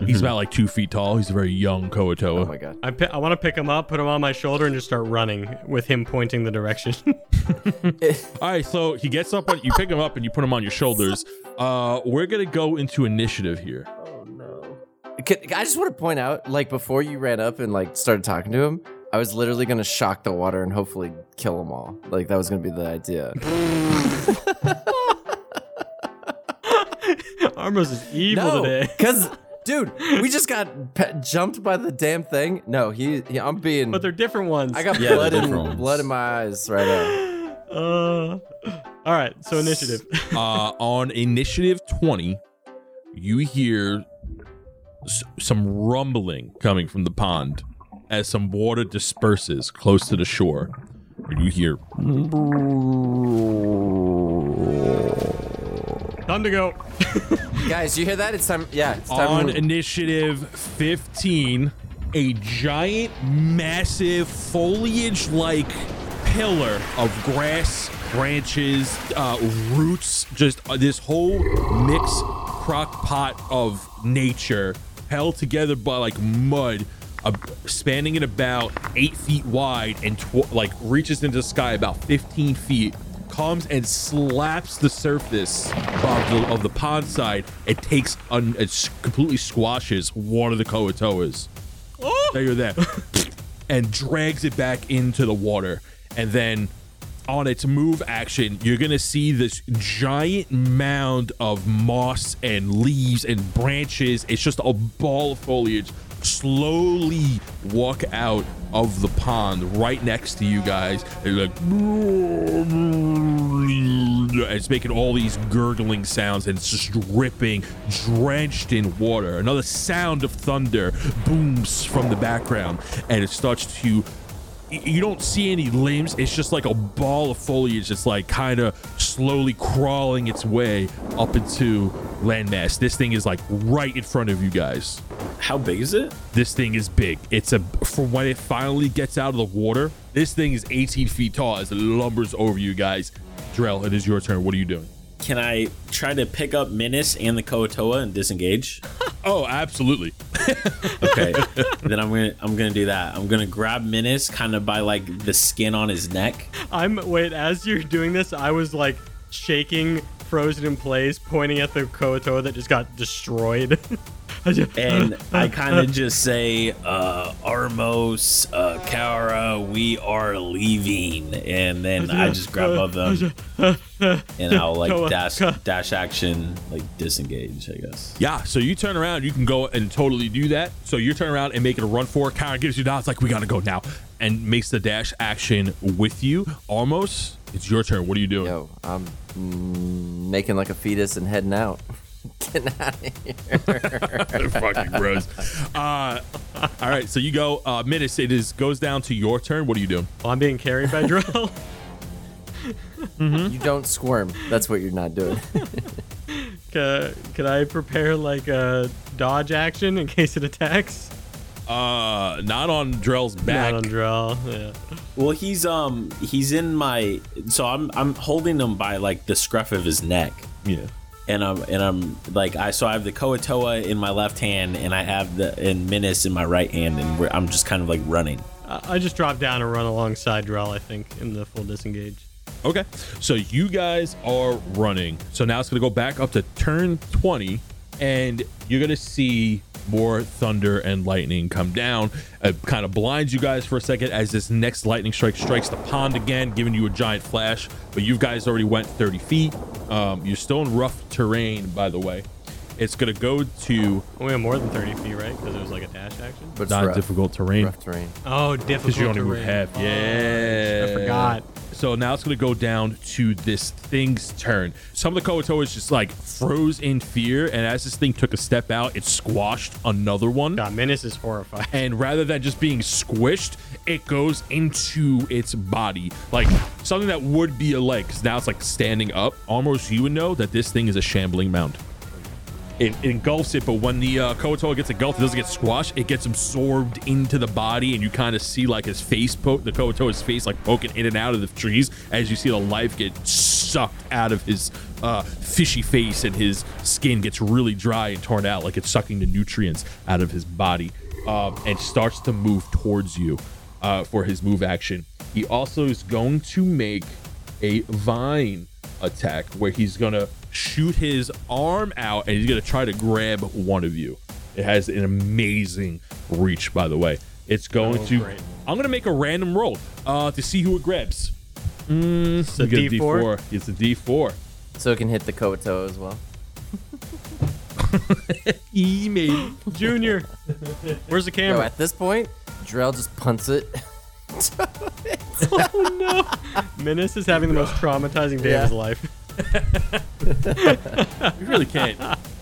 [SPEAKER 1] he's about like two feet tall. He's a very young
[SPEAKER 2] Mm-hmm. Oh
[SPEAKER 1] Koatoa.
[SPEAKER 2] my god.
[SPEAKER 3] I, pi- I want to pick him up, put him on my shoulder, and just start running with him pointing the direction. [LAUGHS]
[SPEAKER 1] All right, so he gets up on you, pick him up, and you put him on your shoulders. Uh, we're gonna go into initiative here.
[SPEAKER 2] Oh no. I just want to point out, like before you ran up and like started talking to him, I was literally gonna shock the water and hopefully kill them all. Like that was gonna be the idea.
[SPEAKER 3] Armos is evil
[SPEAKER 2] no,
[SPEAKER 3] today. [LAUGHS]
[SPEAKER 2] because dude, we just got pe- jumped by the damn thing. No, he, he- I'm being.
[SPEAKER 3] But they're different ones.
[SPEAKER 2] I got
[SPEAKER 4] Yeah, they're
[SPEAKER 2] blood
[SPEAKER 4] different ones.
[SPEAKER 2] in blood in my eyes right now.
[SPEAKER 3] [LAUGHS] Uh, all right, so initiative.
[SPEAKER 1] uh, on initiative 20, you hear s- some rumbling coming from the pond as some water disperses close to the shore. And you hear
[SPEAKER 3] Time to go.
[SPEAKER 2] Guys, you hear that? It's time. Yeah, it's time.
[SPEAKER 1] on
[SPEAKER 2] to-
[SPEAKER 1] initiative 15 a giant, massive foliage like pillar of grass, branches, uh, roots, just uh, this whole mixed crock pot of nature held together by like mud. Uh, spanning it about eight feet wide and tw- like reaches into the sky about 15 feet comes and slaps the surface of the, of the pond side. It takes un, it s- completely squashes one of the koatoas. There you're there, and drags it back into the water. And then, on its move action, you're gonna see this giant mound of moss and leaves and branches. It's just a ball of foliage. Slowly walk out of the pond right next to you guys. And you're like, it's making all these gurgling sounds and it's just dripping, drenched in water. Another sound of thunder booms from the background and it starts to. y- You don't see any limbs. It's just like a ball of foliage that's like kind of slowly crawling its way up into landmass. This thing is like right in front of you guys.
[SPEAKER 4] How big is it?
[SPEAKER 1] This thing is big. It's a for when it finally gets out of the water. This thing is 18 feet tall as it lumbers over you guys. Drell, it is your turn. What are you doing?
[SPEAKER 4] Can I try to pick up Menace and the Koatoa and disengage?
[SPEAKER 1] Oh, absolutely.
[SPEAKER 4] Okay. [LAUGHS] then I'm gonna I'm gonna do that. I'm gonna grab Menace kind of by like the skin on his neck.
[SPEAKER 3] I'm wait. As you're doing this, I was like shaking, frozen in place, pointing at the Koatoa that just got destroyed. [LAUGHS] I just-
[SPEAKER 4] and
[SPEAKER 3] [LAUGHS]
[SPEAKER 4] I kind of just say, uh, Armos, uh, Kara, we are leaving. And then I just grab up them and I'll like dash, dash action, like disengage, I guess.
[SPEAKER 1] Yeah, so you turn around, you can go and totally do that. So you turn around and make it a run for it. Karen gives you down. It's like, we gotta go now. And makes the dash action with you. Almost. It's your turn. What are you doing?
[SPEAKER 2] Yo, I'm mm, making like a fetus and heading out. Getting out of
[SPEAKER 1] [LAUGHS]
[SPEAKER 2] here.
[SPEAKER 1] Fucking gross. Uh, all right, so you go. Uh, Minus, it is goes down to your turn. What are you doing?
[SPEAKER 3] Well, Oh, I'm being carried by Drell. Hmm?
[SPEAKER 2] you don't squirm. That's what you're not
[SPEAKER 4] [LAUGHS]
[SPEAKER 2] doing.
[SPEAKER 3] [LAUGHS] Ca- Can I prepare like a dodge action in case it attacks?
[SPEAKER 1] Uh, not on Drell's back.
[SPEAKER 3] Not on Drell. Yeah.
[SPEAKER 4] Well, he's, um, he's in my, so I'm, I'm holding him by like the scruff of his neck.
[SPEAKER 1] yeah.
[SPEAKER 4] And I'm, and I'm like, I, so I have the Koatoa in my left hand and I have the, and Menace in my right hand. And we're, I'm just kind of like running.
[SPEAKER 3] I I just drop down and run alongside Drell. I think in the full disengage.
[SPEAKER 1] Okay. So you guys are running. So now it's going to go back up to turn 20, and you're going to see more thunder and lightning come down. It kind of blinds you guys for a second as this next lightning strike strikes the pond again, giving you a giant flash. But you guys already went 30 feet. Um, you're still in rough terrain, by the way. It's going to go to
[SPEAKER 3] We have more than 30 feet, right? Because it was like a dash action.
[SPEAKER 2] But it's
[SPEAKER 1] not
[SPEAKER 2] rough,
[SPEAKER 1] difficult terrain.
[SPEAKER 2] rough terrain.
[SPEAKER 3] Oh, difficult.
[SPEAKER 1] Because you only move
[SPEAKER 3] terrain.
[SPEAKER 1] half.
[SPEAKER 3] Oh,
[SPEAKER 1] Yeah.
[SPEAKER 3] I forgot.
[SPEAKER 1] So now it's going to go down to this thing's turn. Some of the Koatoas just like froze in fear. And as this thing took a step out, it squashed another one.
[SPEAKER 3] God, Menace is horrified.
[SPEAKER 1] And rather than just being squished, it goes into its body. Like something that would be a leg. Because now it's like standing up. Almost you would know that this thing is a shambling mound. It it engulfs it, but when the uh, Koatoa gets engulfed, it doesn't get squashed. It gets absorbed into the body, and you kind of see like his face poke, the Koatoa's face like poking in and out of the trees as you see the life get sucked out of his uh, fishy face, and his skin gets really dry and torn out, like it's sucking the nutrients out of his body, um, and starts to move towards you uh, for his move action. He also is going to make a vine attack where he's gonna shoot his arm out and he's gonna try to grab one of you. It has an amazing reach, by the way. It's going
[SPEAKER 3] Oh,
[SPEAKER 1] to.
[SPEAKER 3] great.
[SPEAKER 1] I'm gonna make a random roll uh, to see who it grabs.
[SPEAKER 3] It's a
[SPEAKER 1] We get a
[SPEAKER 3] D4.
[SPEAKER 1] D4. It's a D4.
[SPEAKER 2] So it can hit the Koto as well.
[SPEAKER 1] E maybe.
[SPEAKER 3] Junior, where's the
[SPEAKER 2] Yo,
[SPEAKER 3] camera?
[SPEAKER 2] at this point, Drell just punts it. [LAUGHS]
[SPEAKER 3] Menace is having the most traumatizing day of his
[SPEAKER 2] Yeah.
[SPEAKER 3] life.
[SPEAKER 1] You really can't.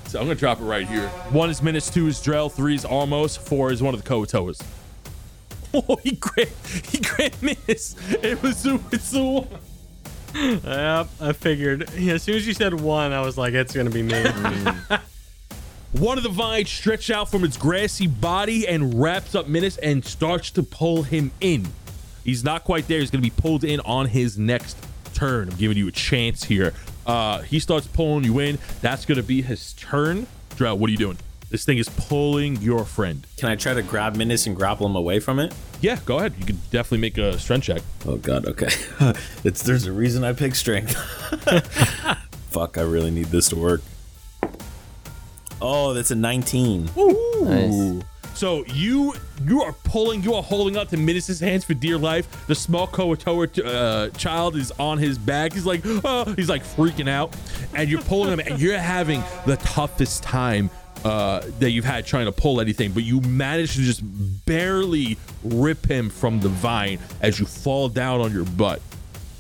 [SPEAKER 1] So I'm gonna drop it right here. One is minutes, two is Drell, three is almost, four is one of the Koatoas. [LAUGHS] Oh, he grabbed, he [LAUGHS] grabbed minutes. It was, the- it's the one.
[SPEAKER 3] Yep, I figured. Yeah, as soon as you said one, I was like, it's gonna be me.
[SPEAKER 1] One of the vines stretched out from its grassy body and wraps up Menace and starts to pull him in. He's not quite there. He's going to be pulled in on his next turn. I'm giving you a chance here. Uh, he starts pulling you in. That's going to be his turn. Drow, what are you doing? This thing is pulling your friend.
[SPEAKER 4] Can I try to grab Menace and grapple him away from it?
[SPEAKER 1] Yeah, go ahead. You can definitely make a strength check.
[SPEAKER 4] Oh god, okay. [LAUGHS] it's there's a reason I pick strength. [LAUGHS] Fuck, I really need this to work. Oh, that's a 19.
[SPEAKER 2] Nice.
[SPEAKER 1] So you you are pulling, you are holding up to Minus's hands for dear life. The small Koatoa uh, child is on his back. He's like, oh, he's like freaking out, and you're pulling him, and you're having the toughest time uh, that you've had trying to pull anything. But you manage to just barely rip him from the vine as you fall down on your butt,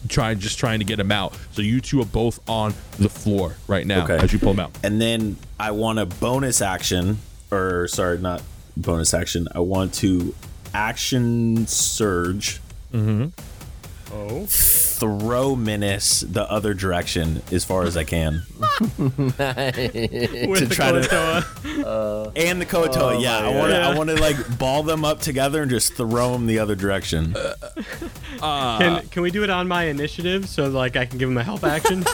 [SPEAKER 1] trying just trying to get him out. So you two are both on the floor right now
[SPEAKER 4] Okay.
[SPEAKER 1] as you pull him out.
[SPEAKER 4] And then I want a bonus action or sorry, not bonus action. I Mm-hmm. want to action surge
[SPEAKER 3] oh,
[SPEAKER 4] throw Menace the other direction as far as I can.
[SPEAKER 3] With
[SPEAKER 4] to
[SPEAKER 3] the
[SPEAKER 4] try to-
[SPEAKER 3] Kolotoa.
[SPEAKER 4] And the Koto, yeah. I want to I want to like ball them up together and just throw them the other direction.
[SPEAKER 3] Can, can we do it on my initiative so like I can give him a help [LAUGHS] action?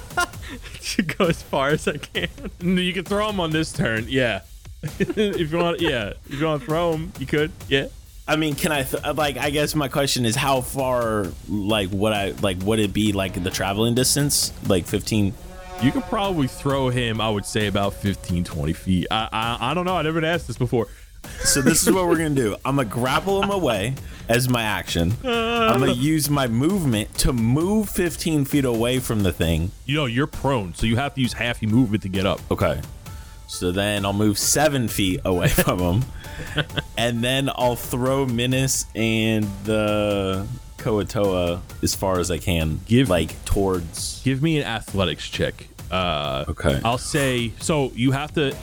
[SPEAKER 3] to go as far as I can.
[SPEAKER 1] No, you can throw him on this turn. Yeah. [LAUGHS] if you want, yeah. If you want to throw him, you could. Yeah.
[SPEAKER 4] I mean, can I th- like? I guess my question is, how far? Like, what I like? Would it be like the traveling distance? Like fifteen?
[SPEAKER 1] You could probably throw him, I would say, about 15, 20 feet. I, I, I don't know. I never asked this before.
[SPEAKER 4] So this is what we're gonna do. I'm gonna grapple him away as my action. I'm gonna use my movement to move fifteen feet away from the thing.
[SPEAKER 1] You know, you're prone, so you have to use half your movement to get up.
[SPEAKER 4] Okay. So then I'll move seven feet away [LAUGHS] from him, and then I'll throw menace and the Koatoa as far as I can.
[SPEAKER 1] Give-
[SPEAKER 4] like towards.
[SPEAKER 1] Give me an athletics check. Uh,
[SPEAKER 4] Okay.
[SPEAKER 1] I'll say so. You have to.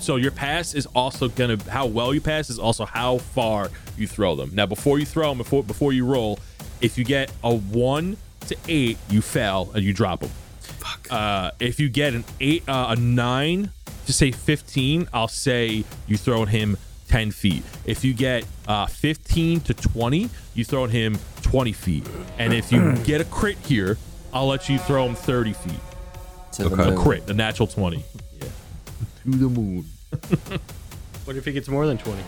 [SPEAKER 1] So your pass is also gonna how well you pass is also how far you throw them. Now before you throw them, before before you roll, if you get a one to eight, you fail and you drop them. Fuck. Uh, if you get an eight, uh, a nine to say fifteen, I'll say you throw him ten feet. If you get uh, fifteen to twenty, you throw him twenty feet. And if you get a crit here, I'll let you throw him thirty feet
[SPEAKER 2] To the moon.
[SPEAKER 1] crit, a natural 20. Yeah. To the moon.
[SPEAKER 3] What if he gets more than 20?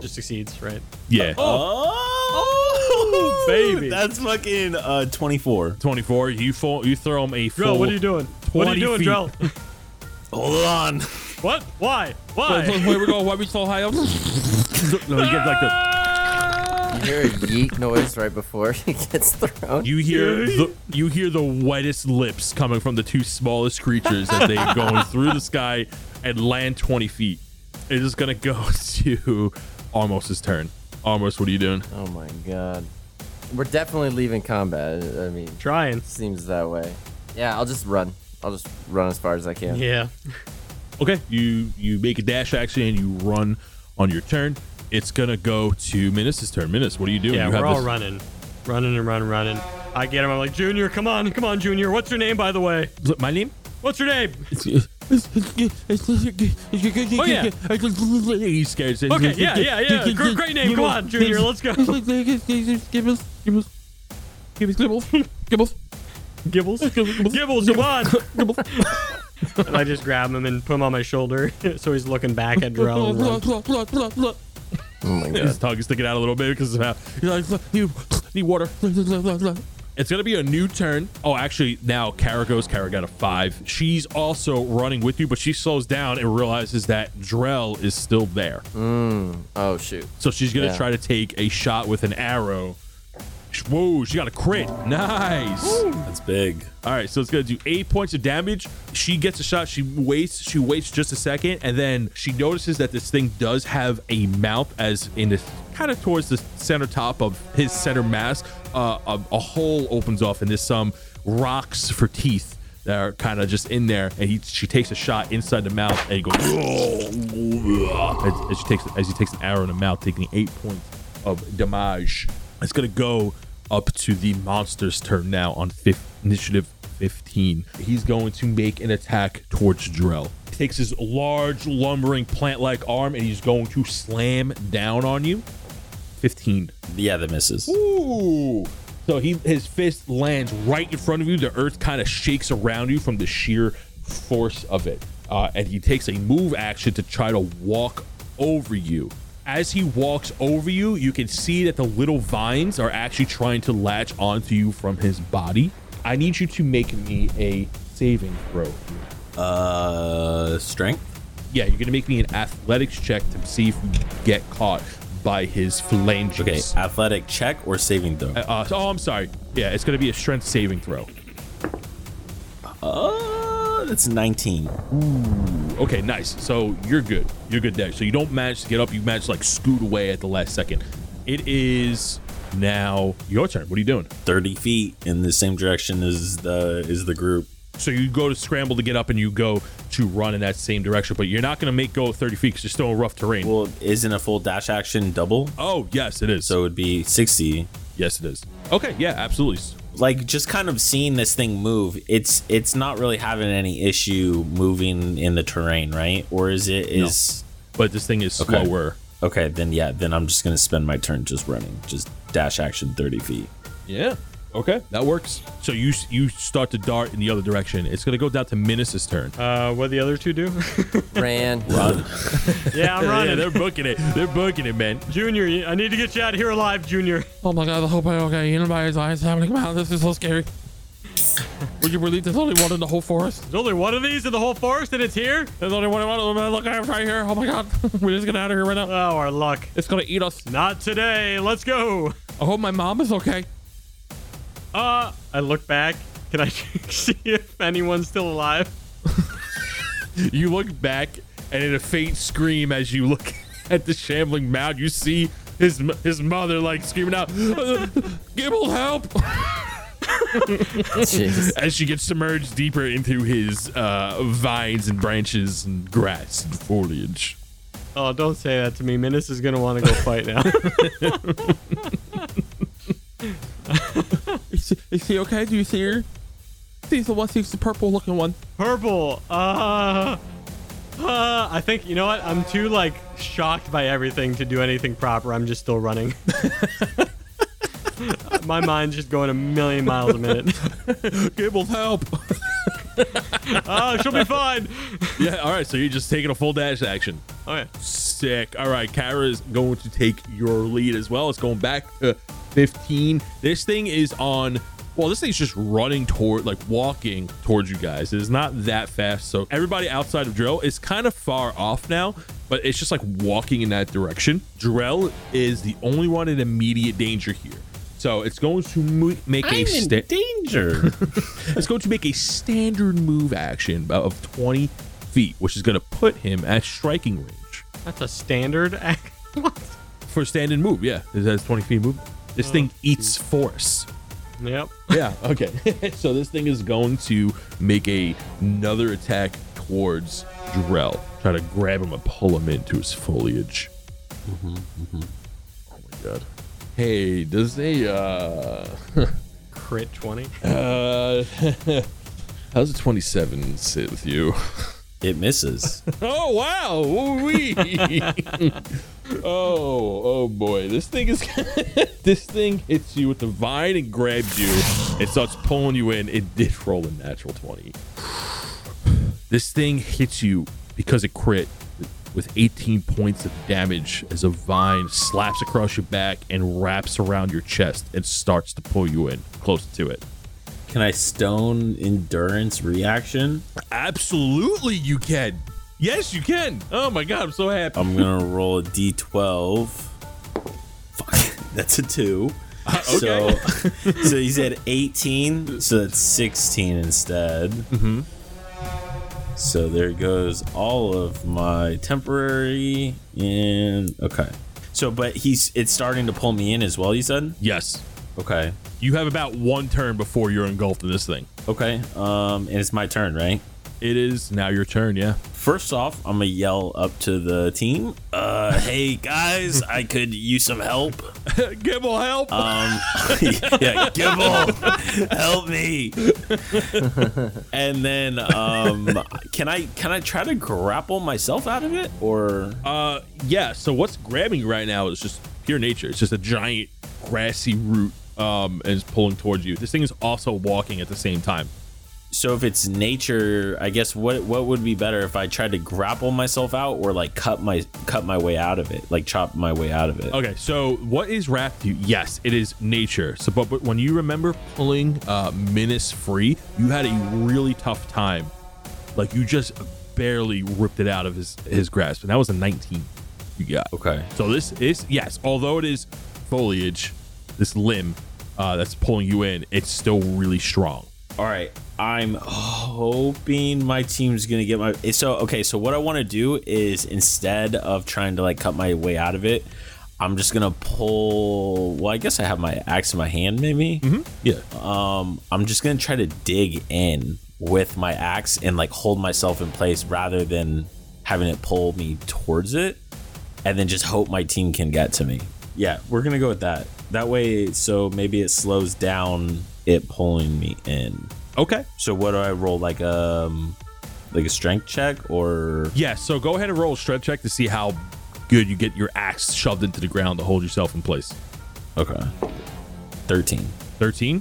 [SPEAKER 3] Just succeeds, right?
[SPEAKER 1] Yeah.
[SPEAKER 5] Oh.
[SPEAKER 4] Oh,
[SPEAKER 3] baby.
[SPEAKER 4] That's fucking uh, 24.
[SPEAKER 1] 24. You full, you throw him a full.
[SPEAKER 3] Drell, what are you doing? What are
[SPEAKER 1] 20
[SPEAKER 3] you doing,
[SPEAKER 1] feet.
[SPEAKER 3] Drell? [LAUGHS]
[SPEAKER 4] Hold on.
[SPEAKER 3] What? Why?
[SPEAKER 5] Wait,
[SPEAKER 3] Why?
[SPEAKER 5] wait, where we go? Why we so
[SPEAKER 1] [LAUGHS]
[SPEAKER 5] high up? no, he gets like this. [LAUGHS]
[SPEAKER 2] You hear a yeet noise right before [LAUGHS] he gets thrown.
[SPEAKER 1] You hear the, you hear the wettest lips coming from the two smallest creatures as they're
[SPEAKER 5] [LAUGHS]
[SPEAKER 1] going through the sky and land 20 feet. It is going to go [LAUGHS] to Armos's turn. Armos, what are you doing?
[SPEAKER 2] oh my god. We're definitely leaving combat. I I mean,
[SPEAKER 3] Trying.
[SPEAKER 2] seems that way. Yeah, I'll just run. I'll just run as far as I can.
[SPEAKER 3] Yeah.
[SPEAKER 1] Okay, you you make a dash action and you run on your turn. It's gonna go to Minus's turn. Minus, what are you doing?
[SPEAKER 3] Yeah,
[SPEAKER 1] you have
[SPEAKER 3] we're all
[SPEAKER 1] this-
[SPEAKER 3] running. Running and running, running. I get him. I'm like, Junior, come on. Come on, Junior. What's your name, by the way?
[SPEAKER 1] My name?
[SPEAKER 3] What's your name?
[SPEAKER 5] Oh
[SPEAKER 3] yeah.
[SPEAKER 1] He's scared.
[SPEAKER 3] Okay, yeah, yeah, yeah. Great, great name. Come on, Junior. Let's go.
[SPEAKER 5] Oh, Gibbles, Gibbles, Gibbles, Gibbles, Gibbles,
[SPEAKER 3] [LAUGHS] Gibbles? [LAUGHS] Gibbles, come on. [LAUGHS] And I just grab him and put him on my shoulder [LAUGHS] so he's looking back at Drell. and run.
[SPEAKER 5] Gibbles.
[SPEAKER 2] Oh my
[SPEAKER 1] [LAUGHS]
[SPEAKER 2] god.
[SPEAKER 1] His tongue is sticking out a little bit because of how
[SPEAKER 5] New, new water.
[SPEAKER 1] it's gonna be a new turn. Oh, actually, now Kara goes. Kara got a five. She's also running with you, but she slows down and realizes that Drell is still there.
[SPEAKER 2] Oh shoot.
[SPEAKER 1] So she's gonna
[SPEAKER 2] Yeah.
[SPEAKER 1] try to take a shot with an arrow. Sh- Whoa, she got a crit. Nice.
[SPEAKER 4] That's big.
[SPEAKER 1] All right, so it's gonna do eight points of damage. She gets a shot. She waits. She waits just a second, and then she notices that this thing does have a mouth, as in this kind of towards the center top of his center mask. Uh, a, a hole opens off, and there's some rocks for teeth that are kind of just in there. And he, she takes a shot inside the mouth, and he goes [LAUGHS] as, as she takes as he takes an arrow in the mouth, taking eight points of damage. It's gonna go up to the monster's turn now on fifth initiative 15. He's going to make an attack towards Drell. He takes his large, lumbering, plant-like arm and he's going to slam down on you. 15.
[SPEAKER 4] Yeah, that misses.
[SPEAKER 1] Ooh. So he his fist lands right in front of you. The earth kind of shakes around you from the sheer force of it. Uh, and he takes a move action to try to walk over you. As he walks over you, you can see that the little vines are actually trying to latch onto you from his body. I need you to make me a saving throw.
[SPEAKER 4] Uh, strength.
[SPEAKER 1] Yeah, you're gonna make me an athletics check to see if you get caught by his phalanges.
[SPEAKER 4] Okay, athletic check or saving throw.
[SPEAKER 1] Uh, so- oh, I'm sorry. Yeah, it's gonna be a strength saving throw.
[SPEAKER 4] Uh, that's 19.
[SPEAKER 1] Okay, nice. So you're good. You're good there. So you don't manage to get up. You manage to like scoot away at the last second. It is now your turn. What are you doing?
[SPEAKER 4] 30 feet in the same direction as the is the group.
[SPEAKER 1] So you go to scramble to get up and you go to run in that same direction, but you're not going to make go 30 feet because you're still in rough terrain.
[SPEAKER 4] Well, isn't a full dash action double?
[SPEAKER 1] oh, yes, it is.
[SPEAKER 4] So it would be 60.
[SPEAKER 1] Yes, it is. Okay, yeah, absolutely.
[SPEAKER 4] like just kind of seeing this thing move it's it's not really having any issue moving in the terrain right or is it is
[SPEAKER 1] But this thing is
[SPEAKER 4] Okay.
[SPEAKER 1] slower.
[SPEAKER 4] okay then yeah then i'm just gonna spend my turn just running just dash action 30 feet
[SPEAKER 1] Yeah. Okay, that works. So you you start to dart in the other direction. It's gonna go down to Minus's turn.
[SPEAKER 3] Uh, what the other two do?
[SPEAKER 2] Ran.
[SPEAKER 4] Run.
[SPEAKER 3] yeah, I'm
[SPEAKER 1] Yeah,
[SPEAKER 3] running.
[SPEAKER 1] they're booking it. They're booking it, man.
[SPEAKER 3] Junior, I need to get you out of here alive, Junior.
[SPEAKER 5] Oh my god, I hope I don't get eaten by his eyes. I'm like, wow, this is so scary. Would you believe there's only one in the whole forest?
[SPEAKER 3] There's only one of these in the whole forest, and it's here.
[SPEAKER 5] There's only one one of them. Look, I have right here. Oh my god. [LAUGHS] We're just getting out of here right now.
[SPEAKER 3] Oh, our luck.
[SPEAKER 5] It's gonna eat us.
[SPEAKER 3] Not today. Let's go.
[SPEAKER 5] I hope my mom is okay.
[SPEAKER 3] Uh, I look back. Can I [LAUGHS] see if anyone's still alive?
[SPEAKER 1] You look back, and in a faint scream, as you look [LAUGHS] at the shambling mound, you see his m- his mother like screaming out, [LAUGHS] "Gibble, help!"
[SPEAKER 2] [LAUGHS] Jeez.
[SPEAKER 1] as she gets submerged deeper into his uh, vines and branches and grass and foliage.
[SPEAKER 3] Oh, don't say that to me. Minus is gonna want to go fight now. [LAUGHS]
[SPEAKER 5] Is she, [LAUGHS] is she okay? Do you see her? She's the one. She's the purple looking [LAUGHS] one.
[SPEAKER 3] Purple. Uh, uh, I think you know what. I'm too like shocked by everything to do anything proper. I'm just still running. [LAUGHS] My mind's just going a million miles a minute.
[SPEAKER 1] Gibble, help!
[SPEAKER 3] Oh, she'll be fine.
[SPEAKER 1] yeah. All right. So you're just taking a full dash action.
[SPEAKER 3] Okay.
[SPEAKER 1] Sick. All right, Kara is going to take your lead as well. It's going back to 15. This thing is on. Well, this thing's just running toward, like walking towards you guys. It is not that fast. So everybody outside of Drell is kind of far off now, but it's just like walking in that direction. Drell is the only one in immediate danger here. So it's going to mo- make a sta-
[SPEAKER 4] danger
[SPEAKER 1] [LAUGHS] it's going to make a standard move action of 20 feet, which is going to put him at striking range.
[SPEAKER 3] That's a standard act. [LAUGHS] What?
[SPEAKER 1] for stand and move. Yeah, it has 20 feet move. This thing eats force.
[SPEAKER 3] Yep.
[SPEAKER 1] Yeah. Okay. [LAUGHS] so this thing is going to make a, another attack towards Drell, trying to grab him and pull him into his foliage. Oh my god. Hey, does a uh,
[SPEAKER 3] Crit 20.
[SPEAKER 1] uh [LAUGHS] how's a 27 sit with you?
[SPEAKER 4] it [LAUGHS] misses
[SPEAKER 1] Oh wow! Wee. oh [LAUGHS] oh boy! This thing is [LAUGHS] this thing hits you with the vine and grabs you. It starts pulling you in. It did roll a natural twenty. This thing hits you because it crit with 18 points of damage as a vine slaps across your back and wraps around your chest and starts to pull you in close to it.
[SPEAKER 4] can i stone endurance reaction
[SPEAKER 1] Absolutely, you can. Yes, you can. Oh my god, I'm so happy.
[SPEAKER 4] i'm gonna roll a d12 fuck [LAUGHS] that's a two so [LAUGHS] so you said 18 so that's 16 instead mm-hmm. so there goes all of my temporary and okay so but he's it's starting to pull me in as well you said
[SPEAKER 1] Yes.
[SPEAKER 4] okay
[SPEAKER 1] You have about one turn before you're engulfed in this thing.
[SPEAKER 4] okay um and it's my turn right
[SPEAKER 1] It is now your turn, yeah.
[SPEAKER 4] First off, I'm gonna yell up to the team. Uh, hey guys, I could use some help.
[SPEAKER 1] Gibble, help!
[SPEAKER 4] Um, [LAUGHS] yeah, Gibble, help me. and then, um, can I can I try to grapple myself out of it, or
[SPEAKER 1] Uh, yeah, so what's grabbing you right now is just pure nature. It's just a giant grassy root um, and is pulling towards you. This thing is also walking at the same time.
[SPEAKER 4] so if it's nature? I guess what what would be better if I tried to grapple myself out, or like cut my cut my way out of it, like chop my way out of it.
[SPEAKER 1] Okay, so what is wrapped you? Yes, it is nature. So, but, but when you remember pulling uh, Minis free, you had a really tough time. Like, you just barely ripped it out of his, his grasp, and that was a 19 you got.
[SPEAKER 4] Okay.
[SPEAKER 1] So this is yes, although it is foliage, this limb uh, that's pulling you in, it's still really strong.
[SPEAKER 4] All right, I'm hoping my team's gonna get my. eh, So okay, so what I want to do is instead of trying to like cut my way out of it, I'm just gonna pull. Well, I guess I have my axe in my hand, maybe.
[SPEAKER 1] Yeah.
[SPEAKER 4] Um, I'm just gonna try to dig in with my axe and like hold myself in place rather than having it pull me towards it, and then just hope my team can get to me. Yeah, we're gonna go with that. That way, so maybe it slows down it pulling me in.
[SPEAKER 1] Uh, Okay.
[SPEAKER 4] So what do I roll? Like um, like a strength check or
[SPEAKER 1] Yeah, so go ahead and roll a strength check to see how good you get your axe shoved into the ground to hold yourself in place.
[SPEAKER 4] okay, thirteen.
[SPEAKER 1] 13.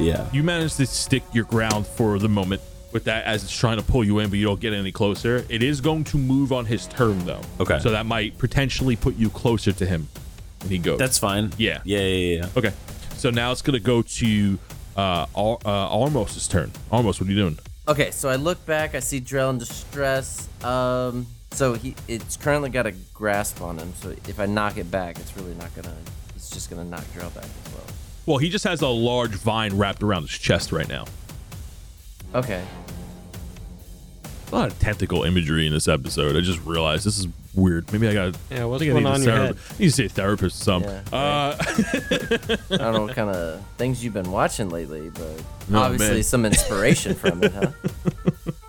[SPEAKER 4] Yeah.
[SPEAKER 1] You manage to stick your ground for the moment with that as it's trying to pull you in, but you don't get any closer. It is going to move on his turn, though.
[SPEAKER 4] Okay.
[SPEAKER 1] So that might potentially put you closer to him when he goes.
[SPEAKER 4] That's fine.
[SPEAKER 1] Yeah.
[SPEAKER 4] Yeah. Yeah. yeah.
[SPEAKER 1] okay. So now it's going to go to uh, Ar- uh, Armos's turn. Armos, what are you doing?
[SPEAKER 2] Okay, so I look back. I see Drell in distress. Um, so he it's currently got a grasp on him. So if I knock it back, it's really not gonna. It's just gonna knock Drell back as well.
[SPEAKER 1] Well, he just has a large vine wrapped around his chest right now.
[SPEAKER 2] Okay.
[SPEAKER 1] A lot of tentacle imagery in this episode. I just realized this is weird. Maybe I got
[SPEAKER 3] Yeah, what's
[SPEAKER 1] I think I
[SPEAKER 3] going
[SPEAKER 1] need
[SPEAKER 3] on
[SPEAKER 1] a
[SPEAKER 3] in your
[SPEAKER 1] therapist. I need to see a therapist or something.
[SPEAKER 2] Yeah,
[SPEAKER 1] uh, [LAUGHS]
[SPEAKER 2] I don't know what kind of things you've been watching lately, but
[SPEAKER 1] Oh,
[SPEAKER 2] obviously
[SPEAKER 1] man.
[SPEAKER 2] some inspiration from
[SPEAKER 1] [LAUGHS]
[SPEAKER 2] it, huh?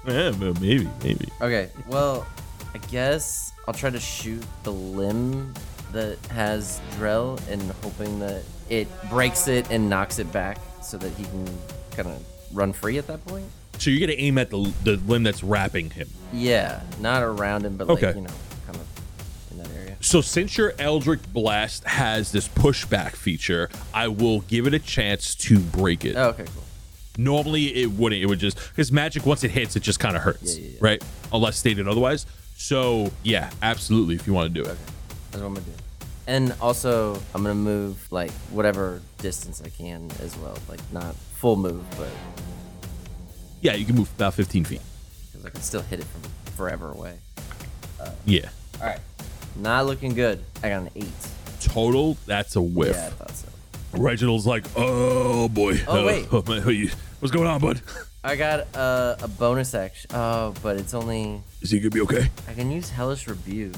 [SPEAKER 1] yeah, but maybe, maybe.
[SPEAKER 2] Okay, well, I guess I'll try to shoot the limb that has Drell and hoping that it breaks it and knocks it back so that he can kind of run free at that point.
[SPEAKER 1] So you're gonna aim at the the limb that's wrapping him.
[SPEAKER 2] Yeah, not around him, but like,
[SPEAKER 1] Okay.
[SPEAKER 2] you know, kind of in that area.
[SPEAKER 1] So since your Eldritch Blast has this pushback feature, I will give it a chance to break it.
[SPEAKER 2] Oh, okay, cool.
[SPEAKER 1] Normally it wouldn't. It would just because magic once it hits, it just kind of hurts,
[SPEAKER 2] Yeah, yeah, yeah.
[SPEAKER 1] right? Unless stated otherwise. So yeah, absolutely. If you want to do it,
[SPEAKER 2] That's what I'm gonna do. And also, I'm gonna move like whatever distance I can as well. Like, not full move, but
[SPEAKER 1] yeah, you can move about 15 feet.
[SPEAKER 2] because I can still hit it from forever away.
[SPEAKER 1] Yeah,
[SPEAKER 2] All right, not looking good. I got an eight.
[SPEAKER 1] total. That's a whiff.
[SPEAKER 2] Yeah, I thought so.
[SPEAKER 1] Reginald's like, oh boy.
[SPEAKER 2] Oh,
[SPEAKER 1] Uh,
[SPEAKER 2] wait.
[SPEAKER 1] oh, man, you- [LAUGHS] what's going on, bud?
[SPEAKER 2] I got uh, a bonus action. Oh, but it's only
[SPEAKER 1] Is he gonna be okay?
[SPEAKER 2] I can use Hellish Rebuke,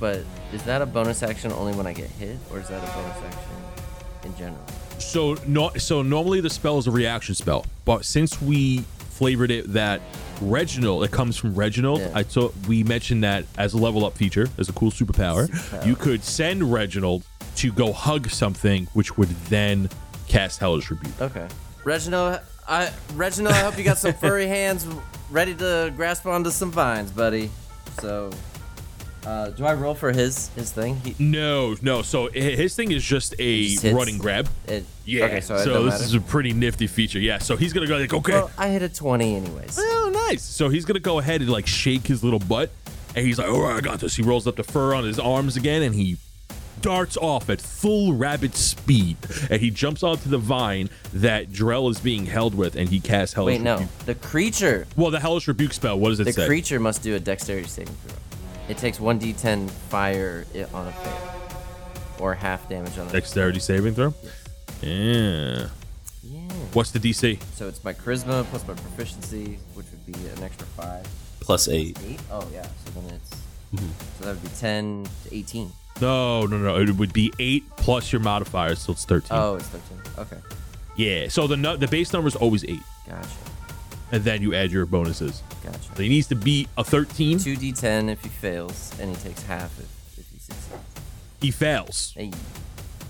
[SPEAKER 2] but is that a bonus action only when I get hit, or is that a bonus action in general?
[SPEAKER 1] So no, so normally the spell is a reaction spell, but since we flavored it that Reginald, it comes from Reginald.
[SPEAKER 2] Yeah.
[SPEAKER 1] I took we mentioned that as a level up feature, as a cool superpower,
[SPEAKER 2] Superpower.
[SPEAKER 1] you could send Reginald to go hug something, which would then cast Hellish Rebuke.
[SPEAKER 2] Okay. Reginald, I Reginald, I hope you got [LAUGHS] some furry hands ready to grasp onto some vines, buddy. So, uh, do I roll for his his thing? He,
[SPEAKER 1] No, no. So hi- his thing is just a
[SPEAKER 2] just hits.
[SPEAKER 1] run and grab.
[SPEAKER 2] it,
[SPEAKER 1] Yeah.
[SPEAKER 2] Okay, so,
[SPEAKER 1] so
[SPEAKER 2] it don't
[SPEAKER 1] this
[SPEAKER 2] matter.
[SPEAKER 1] is a pretty nifty feature. Yeah. So he's gonna go like, okay,
[SPEAKER 2] well, I hit a twenty anyways.
[SPEAKER 1] Oh, nice. So he's gonna go ahead and like shake his little butt, and he's like, "All right, I got this." He rolls up the fur on his arms again, and he darts off at full rabbit speed, and he jumps onto the vine that Drell is being held with, and he casts hellish.
[SPEAKER 2] Wait, no,
[SPEAKER 1] Rebuke.
[SPEAKER 2] the creature
[SPEAKER 1] Well, the hellish rebuke spell. What does it
[SPEAKER 2] The
[SPEAKER 1] say?
[SPEAKER 2] creature must do a dexterity saving throw. It takes 1d10 fire i- on a fail, or half damage on a
[SPEAKER 1] Dexterity saving throw. Yeah.
[SPEAKER 2] Yeah.
[SPEAKER 1] What's the DC?
[SPEAKER 2] So it's my charisma plus my proficiency, which would be an extra five.
[SPEAKER 4] Plus eight.
[SPEAKER 2] Eight? Oh yeah. So then it's so that would be 10 to 18.
[SPEAKER 1] No, no, no. It would be eight plus your modifiers, so it's thirteen.
[SPEAKER 2] Oh, it's 13. Okay,
[SPEAKER 1] Yeah. So the nu- the base number is always eight,
[SPEAKER 2] gotcha,
[SPEAKER 1] and then you add your bonuses. So
[SPEAKER 2] gotcha.
[SPEAKER 1] he needs to beat a thirteen.
[SPEAKER 2] Two d10 if he fails, and he takes half if, if he succeeds.
[SPEAKER 1] He fails.
[SPEAKER 2] Hey,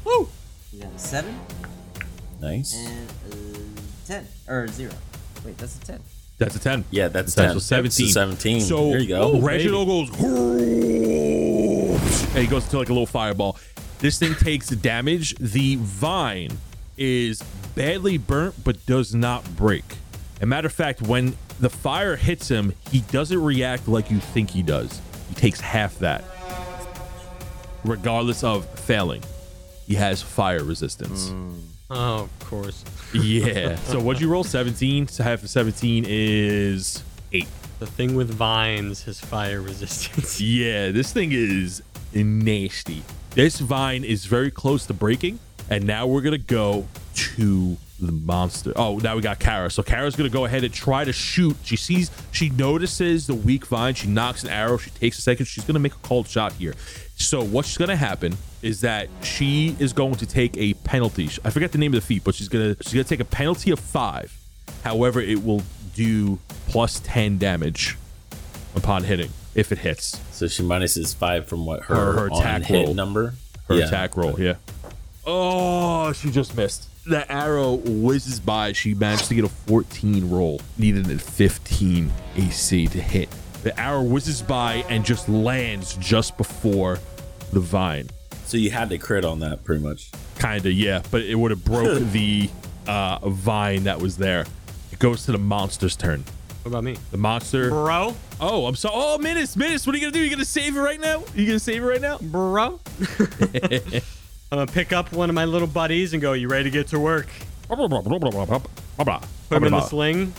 [SPEAKER 1] Woo!
[SPEAKER 2] he got a seven
[SPEAKER 4] Nice.
[SPEAKER 2] and a ten or zero. Wait, that's a ten.
[SPEAKER 1] That's a 10.
[SPEAKER 4] Yeah, that's
[SPEAKER 1] That's so
[SPEAKER 4] 10.
[SPEAKER 1] 17.
[SPEAKER 4] So 17.
[SPEAKER 1] So oh,
[SPEAKER 4] there you go.
[SPEAKER 1] Reginald goes, and he goes into like a little fireball. This thing takes damage. The vine is badly burnt, but does not break. A matter of fact, when the fire hits him, he doesn't react like you think he does. He takes half that, regardless of failing. He has fire resistance.
[SPEAKER 3] Oh, of course.
[SPEAKER 1] Yeah. so what'd you roll? 17. So half of 17 is eight.
[SPEAKER 3] The thing with vines has fire resistance. [LAUGHS]
[SPEAKER 1] Yeah, this thing is nasty. This vine is very close to breaking, and now we're gonna go to the monster. Oh, now we got Kara. So Kara's gonna go ahead and try to shoot. She sees, she notices the weak vine. She knocks an arrow. She takes a second. She's gonna make a cold shot here. So what's gonna happen is that she is going to take a penalty. I forget the name of the feat, but she's gonna she's gonna take a penalty of five. However, it will do plus ten damage upon hitting if it hits.
[SPEAKER 4] So she minuses five from what her,
[SPEAKER 1] Her- her
[SPEAKER 4] on
[SPEAKER 1] attack
[SPEAKER 4] hit
[SPEAKER 1] roll.
[SPEAKER 4] number.
[SPEAKER 1] her
[SPEAKER 4] Yeah.
[SPEAKER 1] attack roll. Yeah. Oh, she just missed. The arrow whizzes by. She managed to get a 14 roll, needed a 15 AC to hit. The arrow whizzes by and just lands just before the vine.
[SPEAKER 4] So you had to crit on that pretty much.
[SPEAKER 1] Kinda, yeah, but it would have
[SPEAKER 3] [LAUGHS]
[SPEAKER 1] broke the uh, vine that was there. It goes to the monster's turn.
[SPEAKER 3] What about me?
[SPEAKER 1] The monster.
[SPEAKER 3] Bro?
[SPEAKER 1] Oh, I'm sorry. Oh, Menace, Menace, what are you gonna do? You gonna save it right now? You gonna save it right now?
[SPEAKER 3] Bro? [LAUGHS] I'm gonna pick up one of my little buddies and go, You ready to get to work? Put him in the sling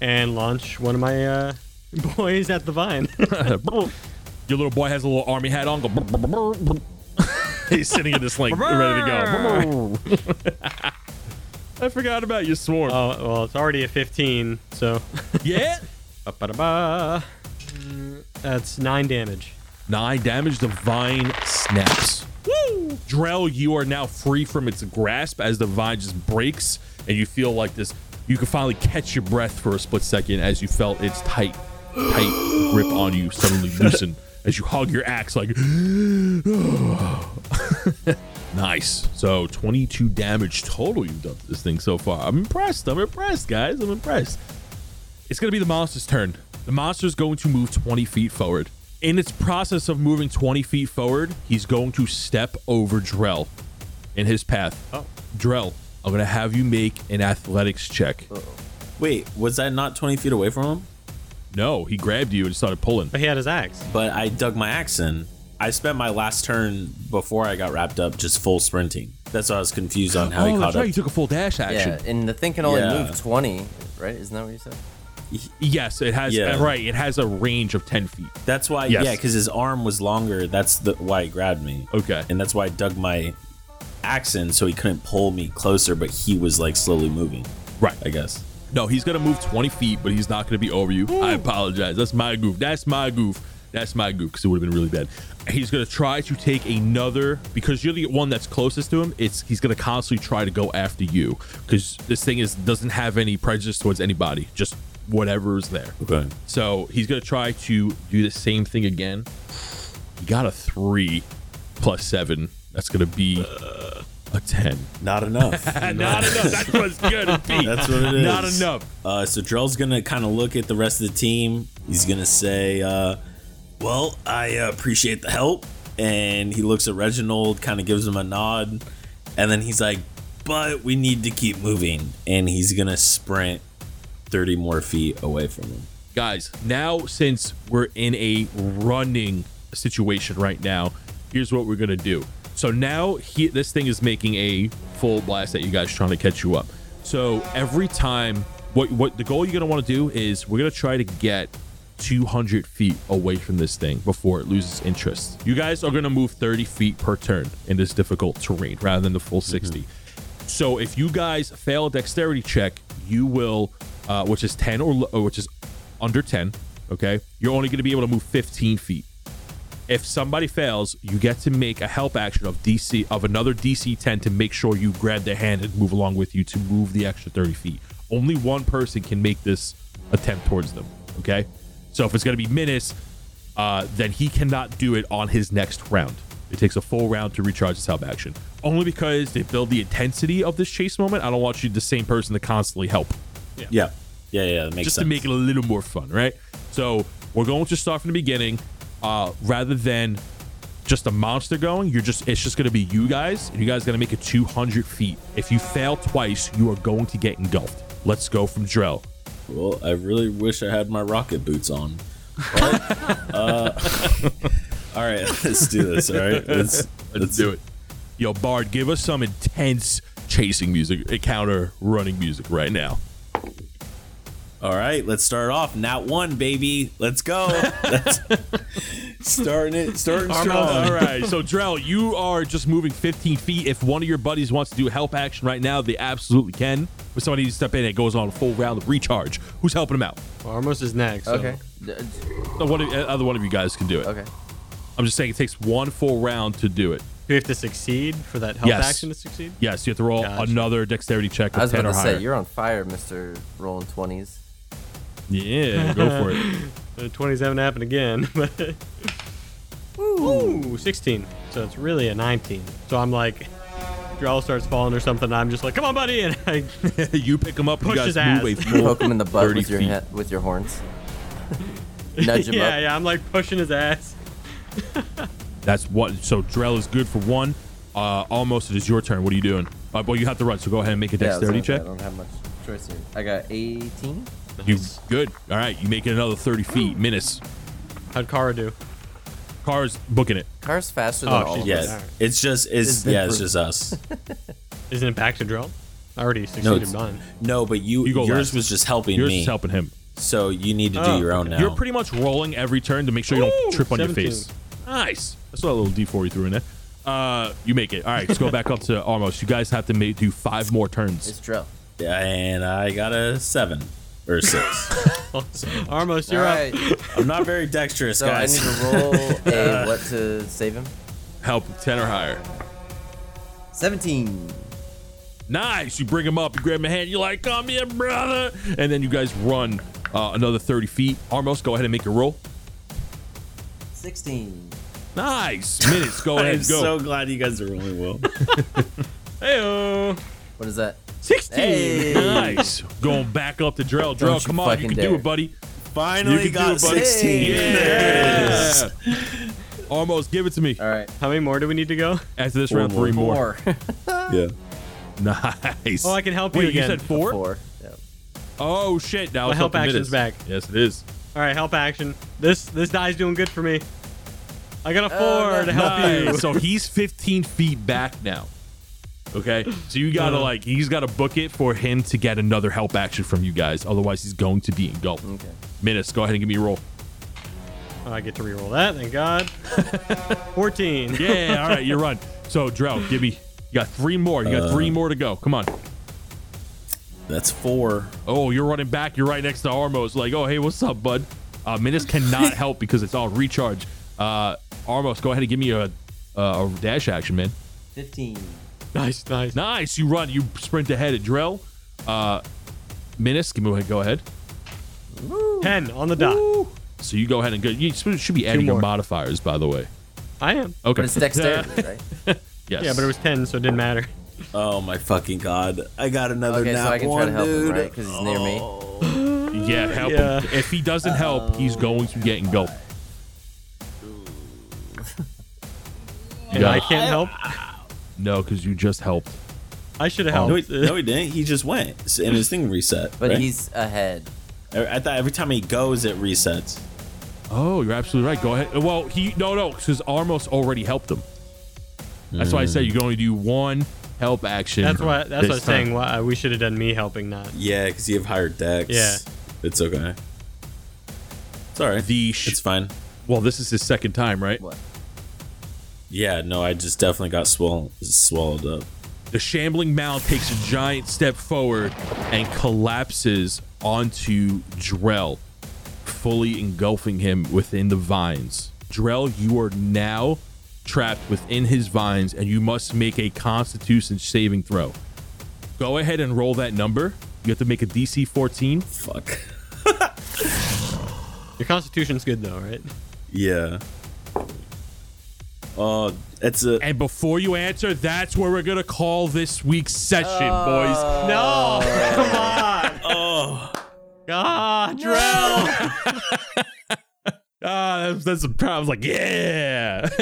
[SPEAKER 3] and launch one of my uh, [LAUGHS] boys at the vine. [LAUGHS]
[SPEAKER 1] [LAUGHS] Your little boy has a little army hat on. Go. [LAUGHS] He's sitting in this link, ready to go. I forgot about your swarm.
[SPEAKER 3] oh, well, it's already a 15, so.
[SPEAKER 1] yeah.
[SPEAKER 3] Ba-ba-da-ba. That's nine damage.
[SPEAKER 1] Nine damage. The vine snaps. Woo! Drell, you are now free from its grasp as the vine just breaks, and you feel like this. You can finally catch your breath for a split second as you felt its tight, tight grip on you suddenly loosen as you hug your axe like. [SIGHS] nice. So 22 damage total you've done to this thing so far. I'm impressed. I'm impressed, guys. I'm impressed. It's going to be the monster's turn. The monster's going to move 20 feet forward. In its process of moving 20 feet forward, he's going to step over Drell in his path. Oh. Drell, I'm going to have you make an athletics check.
[SPEAKER 4] Wait, was I not 20 feet away from him?
[SPEAKER 1] No, he grabbed you and started pulling.
[SPEAKER 3] But he had his axe.
[SPEAKER 4] But I dug my axe in. I spent my last turn before I got wrapped up just full sprinting. That's why I was
[SPEAKER 1] [GASPS]
[SPEAKER 4] confused on how he
[SPEAKER 1] oh,
[SPEAKER 4] caught
[SPEAKER 1] that's
[SPEAKER 4] up.
[SPEAKER 1] right. You took a full dash action.
[SPEAKER 2] Yeah, and the thing can only
[SPEAKER 4] Yeah.
[SPEAKER 2] move 20, right? Isn't that what you said?
[SPEAKER 1] Yes, it has.
[SPEAKER 4] Yeah.
[SPEAKER 1] Right, it has a range of 10 feet.
[SPEAKER 4] That's why,
[SPEAKER 1] Yes.
[SPEAKER 4] yeah, because his arm was longer. That's the why he grabbed me.
[SPEAKER 1] Okay.
[SPEAKER 4] And that's why I dug my axe in so he couldn't pull me closer, but he was like slowly moving,
[SPEAKER 1] Right.
[SPEAKER 4] I guess.
[SPEAKER 1] No, he's gonna move 20 feet, but he's not gonna be over you. I apologize. That's my goof. That's my goof. That's my goof. Because it would have been really bad. He's gonna try to take another because you're the one that's closest to him. It's he's gonna constantly try to go after you because this thing is doesn't have any prejudice towards anybody. Just whatever is there.
[SPEAKER 4] Okay.
[SPEAKER 1] So he's gonna try to do the same thing again. He got a three plus seven. That's gonna be a ten.
[SPEAKER 4] Not enough.
[SPEAKER 1] [LAUGHS] Not enough. That's what it's gonna be.
[SPEAKER 4] [LAUGHS] That's what it
[SPEAKER 1] [LAUGHS]
[SPEAKER 4] is.
[SPEAKER 1] Not enough.
[SPEAKER 4] Uh, so Drell's gonna kind of look at the rest of the team. He's gonna say, uh, "Well, I uh, appreciate the help." And he looks at Reginald, kind of gives him a nod, and then he's like, "But we need to keep moving." And he's gonna sprint thirty more feet away from him.
[SPEAKER 1] guys now since we're in a running situation right now here's what we're gonna do so now he, this thing is making a full blast at you guys trying to catch you up so every time what what the goal you're gonna want to do is we're gonna try to get 200 feet away from this thing before it loses interest you guys are gonna move 30 feet per turn in this difficult terrain rather than the full 60 so if you guys fail a dexterity check, you will, uh, which is 10 or, lo- or which is under 10, okay? You're only going to be able to move 15 feet. If somebody fails, you get to make a help action of DC of another DC 10 to make sure you grab their hand and move along with you to move the extra 30 feet. Only one person can make this attempt towards them, okay? So if it's going to be Menace, uh, then he cannot do it on his next round. It takes a full round to recharge his help action. Only because they build the intensity of this chase moment. I don't want you the same person to constantly help.
[SPEAKER 4] Yeah, yeah, yeah. That makes
[SPEAKER 1] Just
[SPEAKER 4] sense.
[SPEAKER 1] to make it a little more fun, right? So we're going to start from the beginning. Uh, rather than just a monster going, you're just it's just gonna be you guys, and you guys gotta make it 200 feet. If you fail twice, you are going to get engulfed. Let's go from Drell.
[SPEAKER 4] Well, I really wish I had my rocket boots on.
[SPEAKER 1] [LAUGHS]
[SPEAKER 4] But, uh, [LAUGHS] all right, [LAUGHS] let's do this. All right, let's
[SPEAKER 1] Let's do it. Yo, Bard, give us some intense chasing music, encounter running music right now.
[SPEAKER 4] All right, let's start off. Nat one, baby. Let's go.
[SPEAKER 1] [LAUGHS]
[SPEAKER 4] Let's- starting it. Starting strong.
[SPEAKER 1] All right. So, Drell, you are just moving 15 feet. If one of your buddies wants to do help action right now, they absolutely can. But somebody needs to step in and it goes on a full round of recharge. Who's helping him out?
[SPEAKER 3] Well, Armos is next. so-
[SPEAKER 2] Okay. D- d-
[SPEAKER 1] The one of, uh, other one of you guys can do it.
[SPEAKER 2] Okay.
[SPEAKER 1] I'm just saying it takes one full round to do it.
[SPEAKER 3] Do we have to succeed for that health
[SPEAKER 1] Yes.
[SPEAKER 3] action to succeed?
[SPEAKER 1] Yes, you have to roll
[SPEAKER 3] Gotcha.
[SPEAKER 1] another dexterity check
[SPEAKER 2] I
[SPEAKER 1] of
[SPEAKER 2] was
[SPEAKER 1] 10
[SPEAKER 2] about
[SPEAKER 1] or
[SPEAKER 2] to say,
[SPEAKER 1] higher.
[SPEAKER 2] you're on fire, Mr. Rolling 20s.
[SPEAKER 1] Yeah, go for it.
[SPEAKER 3] [LAUGHS]
[SPEAKER 1] [LAUGHS]
[SPEAKER 3] The 20s haven't happened again, but Ooh, 16. So it's really a 19. So I'm like, Jarl starts falling or something. And I'm just like, come on, buddy. [LAUGHS] And I,
[SPEAKER 1] you pick him up.
[SPEAKER 3] Push
[SPEAKER 1] you guys
[SPEAKER 3] his
[SPEAKER 1] move
[SPEAKER 3] ass.
[SPEAKER 1] a full
[SPEAKER 2] Poke him in the butt
[SPEAKER 1] 30
[SPEAKER 2] with your
[SPEAKER 1] feet.
[SPEAKER 2] he- with
[SPEAKER 1] [LAUGHS]
[SPEAKER 2] your horns. Nudge him
[SPEAKER 3] yeah,
[SPEAKER 2] up.
[SPEAKER 3] yeah, I'm like pushing his ass.
[SPEAKER 1] That's what. So Drell is good for one. Uh, almost it is your turn. What are you doing? Uh, well, you have to run. So go ahead and make a
[SPEAKER 2] Yeah, I was
[SPEAKER 1] dexterity
[SPEAKER 2] like,
[SPEAKER 1] check.
[SPEAKER 2] I don't have much choice here. I got 18.
[SPEAKER 1] You good? All right. You make it another thirty feet. Minus.
[SPEAKER 3] How'd Kara do?
[SPEAKER 1] Cars booking it.
[SPEAKER 2] Car's faster than
[SPEAKER 3] Oh,
[SPEAKER 2] all
[SPEAKER 3] she's
[SPEAKER 2] of
[SPEAKER 3] dead.
[SPEAKER 2] us.
[SPEAKER 4] Yeah, it's just
[SPEAKER 2] It's
[SPEAKER 4] it's
[SPEAKER 2] been
[SPEAKER 4] yeah, it's
[SPEAKER 2] for-
[SPEAKER 4] just us.
[SPEAKER 3] Isn't it back to Drell? I already
[SPEAKER 4] No,
[SPEAKER 3] succeeded
[SPEAKER 2] [LAUGHS]
[SPEAKER 4] it's,
[SPEAKER 3] mine.
[SPEAKER 4] no, but you,
[SPEAKER 1] You go
[SPEAKER 4] yours
[SPEAKER 1] last.
[SPEAKER 4] was just helping
[SPEAKER 1] Yours
[SPEAKER 4] me.
[SPEAKER 1] is helping him.
[SPEAKER 4] So you need to do
[SPEAKER 3] Oh,
[SPEAKER 4] your own now.
[SPEAKER 1] You're pretty much rolling every turn to make sure you don't
[SPEAKER 3] Ooh,
[SPEAKER 1] trip on
[SPEAKER 3] 17.
[SPEAKER 1] your face. Nice. That's what a little D4 you threw in there. Uh, you make it. All right, let's go back up to Armos. You guys have to make, do five more
[SPEAKER 2] It's
[SPEAKER 1] turns.
[SPEAKER 2] Drell.
[SPEAKER 4] and I got a seven
[SPEAKER 1] [LAUGHS]
[SPEAKER 4] or six.
[SPEAKER 3] Armos,
[SPEAKER 2] All
[SPEAKER 3] you're up.
[SPEAKER 2] right.
[SPEAKER 4] I'm not very dexterous,
[SPEAKER 2] So
[SPEAKER 4] guys. [LAUGHS]
[SPEAKER 1] [LAUGHS]
[SPEAKER 2] I need to roll a what to save him?
[SPEAKER 1] Help, 10 or higher.
[SPEAKER 2] 17.
[SPEAKER 1] Nice. You bring him up. You grab him a hand. You're like, come here, brother. And then you guys run uh, another 30 feet. Armos, go ahead and make your roll.
[SPEAKER 2] 16.
[SPEAKER 1] Nice. Minutes, go ahead
[SPEAKER 4] [LAUGHS] I'm
[SPEAKER 1] and go.
[SPEAKER 4] so glad you guys are rolling well.
[SPEAKER 3] Heyo.
[SPEAKER 2] What is that?
[SPEAKER 3] 16.
[SPEAKER 1] [LAUGHS]
[SPEAKER 2] Hey.
[SPEAKER 1] nice. Going back up to Drell. Drell,
[SPEAKER 2] you
[SPEAKER 1] come on. You
[SPEAKER 2] fucking
[SPEAKER 1] can do
[SPEAKER 2] dare.
[SPEAKER 1] it, buddy.
[SPEAKER 4] Finally
[SPEAKER 1] You can do
[SPEAKER 4] got
[SPEAKER 1] it, buddy.
[SPEAKER 4] 16.
[SPEAKER 1] Yeah.
[SPEAKER 4] There it is.
[SPEAKER 1] Armos, give it to me.
[SPEAKER 2] All right.
[SPEAKER 3] How many more do we need to go?
[SPEAKER 1] After this
[SPEAKER 4] Four
[SPEAKER 1] round,
[SPEAKER 4] more.
[SPEAKER 1] three more.
[SPEAKER 2] Four.
[SPEAKER 4] Yeah.
[SPEAKER 1] [LAUGHS] Nice.
[SPEAKER 3] [LAUGHS] Oh, I can help
[SPEAKER 1] Wait,
[SPEAKER 3] you again.
[SPEAKER 1] said [LAUGHS] four?
[SPEAKER 2] Four. Yeah.
[SPEAKER 1] Oh shit! Now
[SPEAKER 3] My
[SPEAKER 1] it's
[SPEAKER 3] help
[SPEAKER 1] up to minutes.
[SPEAKER 3] action's back.
[SPEAKER 1] Yes, it is.
[SPEAKER 3] All right, help action. This this die's doing good for me. I got a four
[SPEAKER 2] no.
[SPEAKER 3] to help
[SPEAKER 1] Nice.
[SPEAKER 3] you.
[SPEAKER 1] so he's 15 feet back now. Okay, so you gotta
[SPEAKER 3] Uh.
[SPEAKER 1] like he's gotta book it for him to get another help action from you guys. Otherwise, he's going to be engulfed.
[SPEAKER 2] Okay.
[SPEAKER 1] Minutes, go ahead and give me a roll.
[SPEAKER 3] Oh, I get to reroll that. Thank [LAUGHS] God. 14.
[SPEAKER 1] Yeah, all right, you're right. So Drell, give me. You got three more. You got three more to go. Come on.
[SPEAKER 4] That's four.
[SPEAKER 1] Oh, you're running back. You're right next to Armos. Like, oh hey, what's up, bud? Uh, Minutes cannot help because it's all recharge. Uh, Armos, go ahead and give me a, uh, a dash action, man.
[SPEAKER 2] 15.
[SPEAKER 3] Nice, nice.
[SPEAKER 1] Nice. You run. You sprint ahead at Drell. Uh, Minus, give me a- go ahead.
[SPEAKER 3] 10 on the dot.
[SPEAKER 1] So you go ahead and go. You should should be adding your
[SPEAKER 3] more.
[SPEAKER 1] modifiers, by the way.
[SPEAKER 3] I am.
[SPEAKER 1] Okay.
[SPEAKER 2] But it's
[SPEAKER 3] [LAUGHS]
[SPEAKER 2] dexterity, right?
[SPEAKER 1] yes.
[SPEAKER 3] Yeah, but it was 10, so it didn't matter.
[SPEAKER 4] Oh my fucking god! I got another
[SPEAKER 2] Okay, so
[SPEAKER 4] nat
[SPEAKER 2] I can try
[SPEAKER 4] one,
[SPEAKER 2] to help him,
[SPEAKER 4] dude.
[SPEAKER 2] right? 'Cause he's near me.
[SPEAKER 4] Oh.
[SPEAKER 1] Yeah, help
[SPEAKER 3] Yeah.
[SPEAKER 1] him. If he doesn't help, he's going to get engulfed.
[SPEAKER 3] And
[SPEAKER 1] Yeah.
[SPEAKER 3] I can't help.
[SPEAKER 1] No, because you just helped.
[SPEAKER 3] I should have
[SPEAKER 4] No,
[SPEAKER 3] helped.
[SPEAKER 1] Oh.
[SPEAKER 4] he, no, he didn't. He just went, S- and his thing reset.
[SPEAKER 2] But
[SPEAKER 4] right? E,
[SPEAKER 2] he's ahead.
[SPEAKER 4] I I thought every time he goes, it resets.
[SPEAKER 1] Oh, you're absolutely right. Go ahead. Well, he no no because Armos already helped him. That's why I said you can only do one help action.
[SPEAKER 3] that's why. That's what I
[SPEAKER 1] this
[SPEAKER 3] was
[SPEAKER 1] time.
[SPEAKER 3] saying. Why we should have done me helping, not.
[SPEAKER 4] Yeah, because you have higher decks.
[SPEAKER 3] Yeah.
[SPEAKER 4] it's okay. It's all right.
[SPEAKER 1] The sh-
[SPEAKER 4] it's fine.
[SPEAKER 1] Well, this is his second time, right?
[SPEAKER 2] What?
[SPEAKER 4] Yeah, no, I just definitely got swallowed swallowed up.
[SPEAKER 1] The shambling mound takes a giant step forward and collapses onto Drell, fully engulfing him within the vines. Drell, you are now trapped within his vines and you must make a constitution saving throw. Go ahead and roll that number. You have to make a DC 14.
[SPEAKER 4] Fuck.
[SPEAKER 3] Your constitution's good though, right?
[SPEAKER 4] Yeah. Oh, it's a.
[SPEAKER 1] And before you answer, that's where we're going to call this week's session, boys.
[SPEAKER 3] No, come on.
[SPEAKER 4] Oh,
[SPEAKER 3] God, Drell.
[SPEAKER 1] Ah, that's, that's the problem. I was like, yeah. [LAUGHS]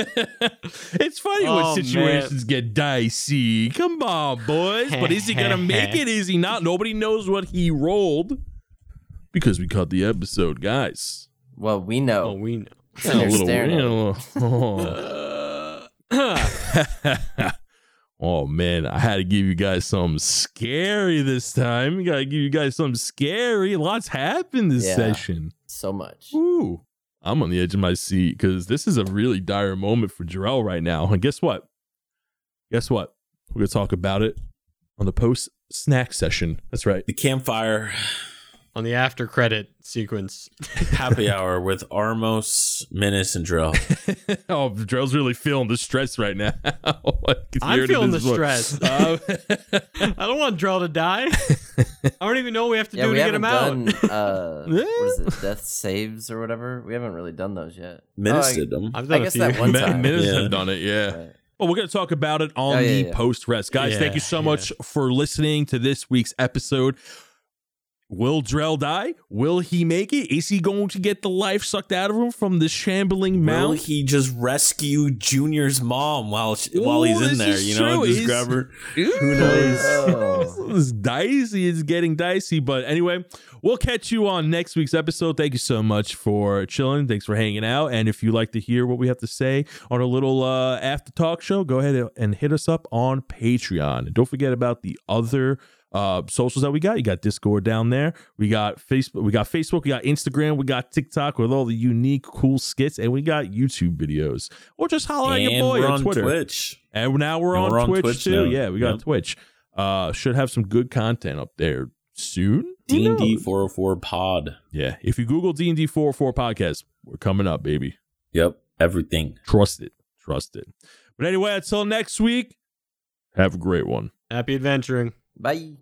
[SPEAKER 1] it's funny
[SPEAKER 3] Oh,
[SPEAKER 1] when situations get dicey. Come on, boys. But is he going
[SPEAKER 2] [LAUGHS]
[SPEAKER 1] to make it? Is he not? Nobody knows what he rolled because we cut the episode,
[SPEAKER 2] [LAUGHS]
[SPEAKER 1] guys.
[SPEAKER 2] Well, we know.
[SPEAKER 3] Oh, we know.
[SPEAKER 2] Sitting there staring at him.
[SPEAKER 1] [LAUGHS] Oh man, I had to give you guys something scary this time. You gotta give you guys something scary. Lots happened this
[SPEAKER 2] Yeah.
[SPEAKER 1] session.
[SPEAKER 2] so much.
[SPEAKER 1] Ooh, I'm on the edge of my seat because this is a really dire moment for Jarrell right now. And guess what? Guess what? We're gonna talk about it on the post snack session. That's right. [LAUGHS]
[SPEAKER 4] the campfire.
[SPEAKER 3] on the after credit sequence.
[SPEAKER 4] Happy [LAUGHS] hour with Armos, Menace, and Drill.
[SPEAKER 1] [LAUGHS] Oh, Drell's really feeling the stress right now. [LAUGHS] I can
[SPEAKER 3] I'm
[SPEAKER 1] hear it in
[SPEAKER 3] feeling
[SPEAKER 1] his
[SPEAKER 3] the
[SPEAKER 1] voice.
[SPEAKER 3] stress.
[SPEAKER 1] Uh, [LAUGHS]
[SPEAKER 3] I don't want Drell to die. I don't even know what we have to
[SPEAKER 2] Yeah,
[SPEAKER 3] do
[SPEAKER 2] we
[SPEAKER 3] to get
[SPEAKER 2] haven't
[SPEAKER 3] him out.
[SPEAKER 2] done
[SPEAKER 3] [LAUGHS]
[SPEAKER 2] uh, what is it, death saves or whatever. We haven't really done those yet.
[SPEAKER 4] Menace
[SPEAKER 2] Oh, I-
[SPEAKER 4] did them.
[SPEAKER 3] I've
[SPEAKER 2] I
[SPEAKER 3] done a
[SPEAKER 2] guess
[SPEAKER 3] few.
[SPEAKER 2] that one
[SPEAKER 1] Me- [LAUGHS]
[SPEAKER 2] time.
[SPEAKER 1] Minutes
[SPEAKER 4] Yeah.
[SPEAKER 1] have done it, yeah.
[SPEAKER 2] Right.
[SPEAKER 1] Well, we're going to talk about it on
[SPEAKER 2] Oh, yeah,
[SPEAKER 1] the
[SPEAKER 2] yeah.
[SPEAKER 1] post rest. Guys, thank you so
[SPEAKER 3] Yeah,
[SPEAKER 1] much for listening to this week's episode. Will Drell die? Will he make it? Is he going to get the life sucked out of him from this shambling
[SPEAKER 4] Will
[SPEAKER 1] mound?
[SPEAKER 4] he just rescue Junior's mom while she, while
[SPEAKER 1] Ooh,
[SPEAKER 4] he's
[SPEAKER 1] this
[SPEAKER 4] in there?
[SPEAKER 1] is
[SPEAKER 4] You know,
[SPEAKER 1] true.
[SPEAKER 4] and just
[SPEAKER 1] He's-
[SPEAKER 4] grab her.
[SPEAKER 1] Who
[SPEAKER 2] knows?
[SPEAKER 1] [LAUGHS] this is dicey. It's getting dicey. But anyway, we'll catch you on next week's episode. Thank you so much for chilling. Thanks for hanging out. And if you like to hear what we have to say on our little uh, after talk show, go ahead and hit us up on Patreon. And don't forget about the other. Uh, socials that we got. You got Discord down there. We got Facebook. We got Facebook. We got Instagram. We got TikTok with all the unique, cool skits, and we got YouTube videos. Or just holler at your
[SPEAKER 4] And
[SPEAKER 1] boy
[SPEAKER 4] we're
[SPEAKER 1] on
[SPEAKER 4] on
[SPEAKER 1] Twitter.
[SPEAKER 4] Twitch.
[SPEAKER 1] And now we're,
[SPEAKER 4] And
[SPEAKER 1] on,
[SPEAKER 4] we're on
[SPEAKER 1] Twitch,
[SPEAKER 4] Twitch
[SPEAKER 1] too.
[SPEAKER 4] now.
[SPEAKER 1] Yeah, we got
[SPEAKER 4] Yep.
[SPEAKER 1] Twitch. Uh, should have some good content up there soon. Who
[SPEAKER 4] D and D
[SPEAKER 1] knows?
[SPEAKER 4] four hundred four pod.
[SPEAKER 1] Yeah, if you Google D and D four four podcast, we're coming up, baby.
[SPEAKER 4] Yep, everything.
[SPEAKER 1] Trust it, trust it. But anyway, until next week, have a great one.
[SPEAKER 3] Happy adventuring.
[SPEAKER 2] Bye.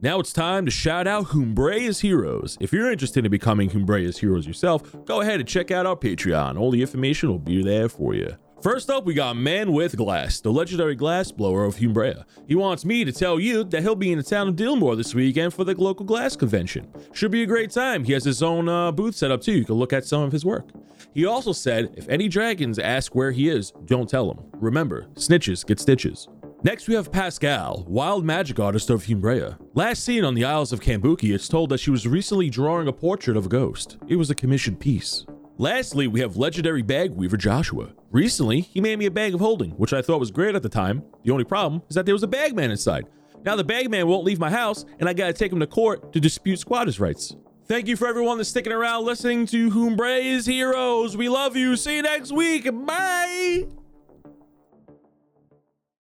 [SPEAKER 1] Now it's time to shout out Humbrea's Heroes. If you're interested in becoming Humbrea's Heroes yourself, go ahead and check out our Patreon. All the information will be there for you. First up, we got Man with Glass, the legendary glass blower of Humbrea. He wants me to tell you that he'll be in the town of Dillmore this weekend for the local glass convention. Should be a great time. He has his own uh, booth set up too. You can look at some of his work. He also said, if any dragons ask where he is, don't tell them. Remember, snitches get stitches. Next, we have Pascal, wild magic artist of Humbrea. Last seen on the Isles of Kambuki, it's told that she was recently drawing a portrait of a ghost. It was a commissioned piece. Lastly, we have legendary bag weaver Joshua. Recently, he made me a bag of holding, which I thought was great at the time. The only problem is that there was a bagman inside. Now the bagman won't leave my house, and I gotta take him to court to dispute squatters' rights. Thank you for everyone that's sticking around listening to Humbrea's Heroes. We love you. See you next week. Bye.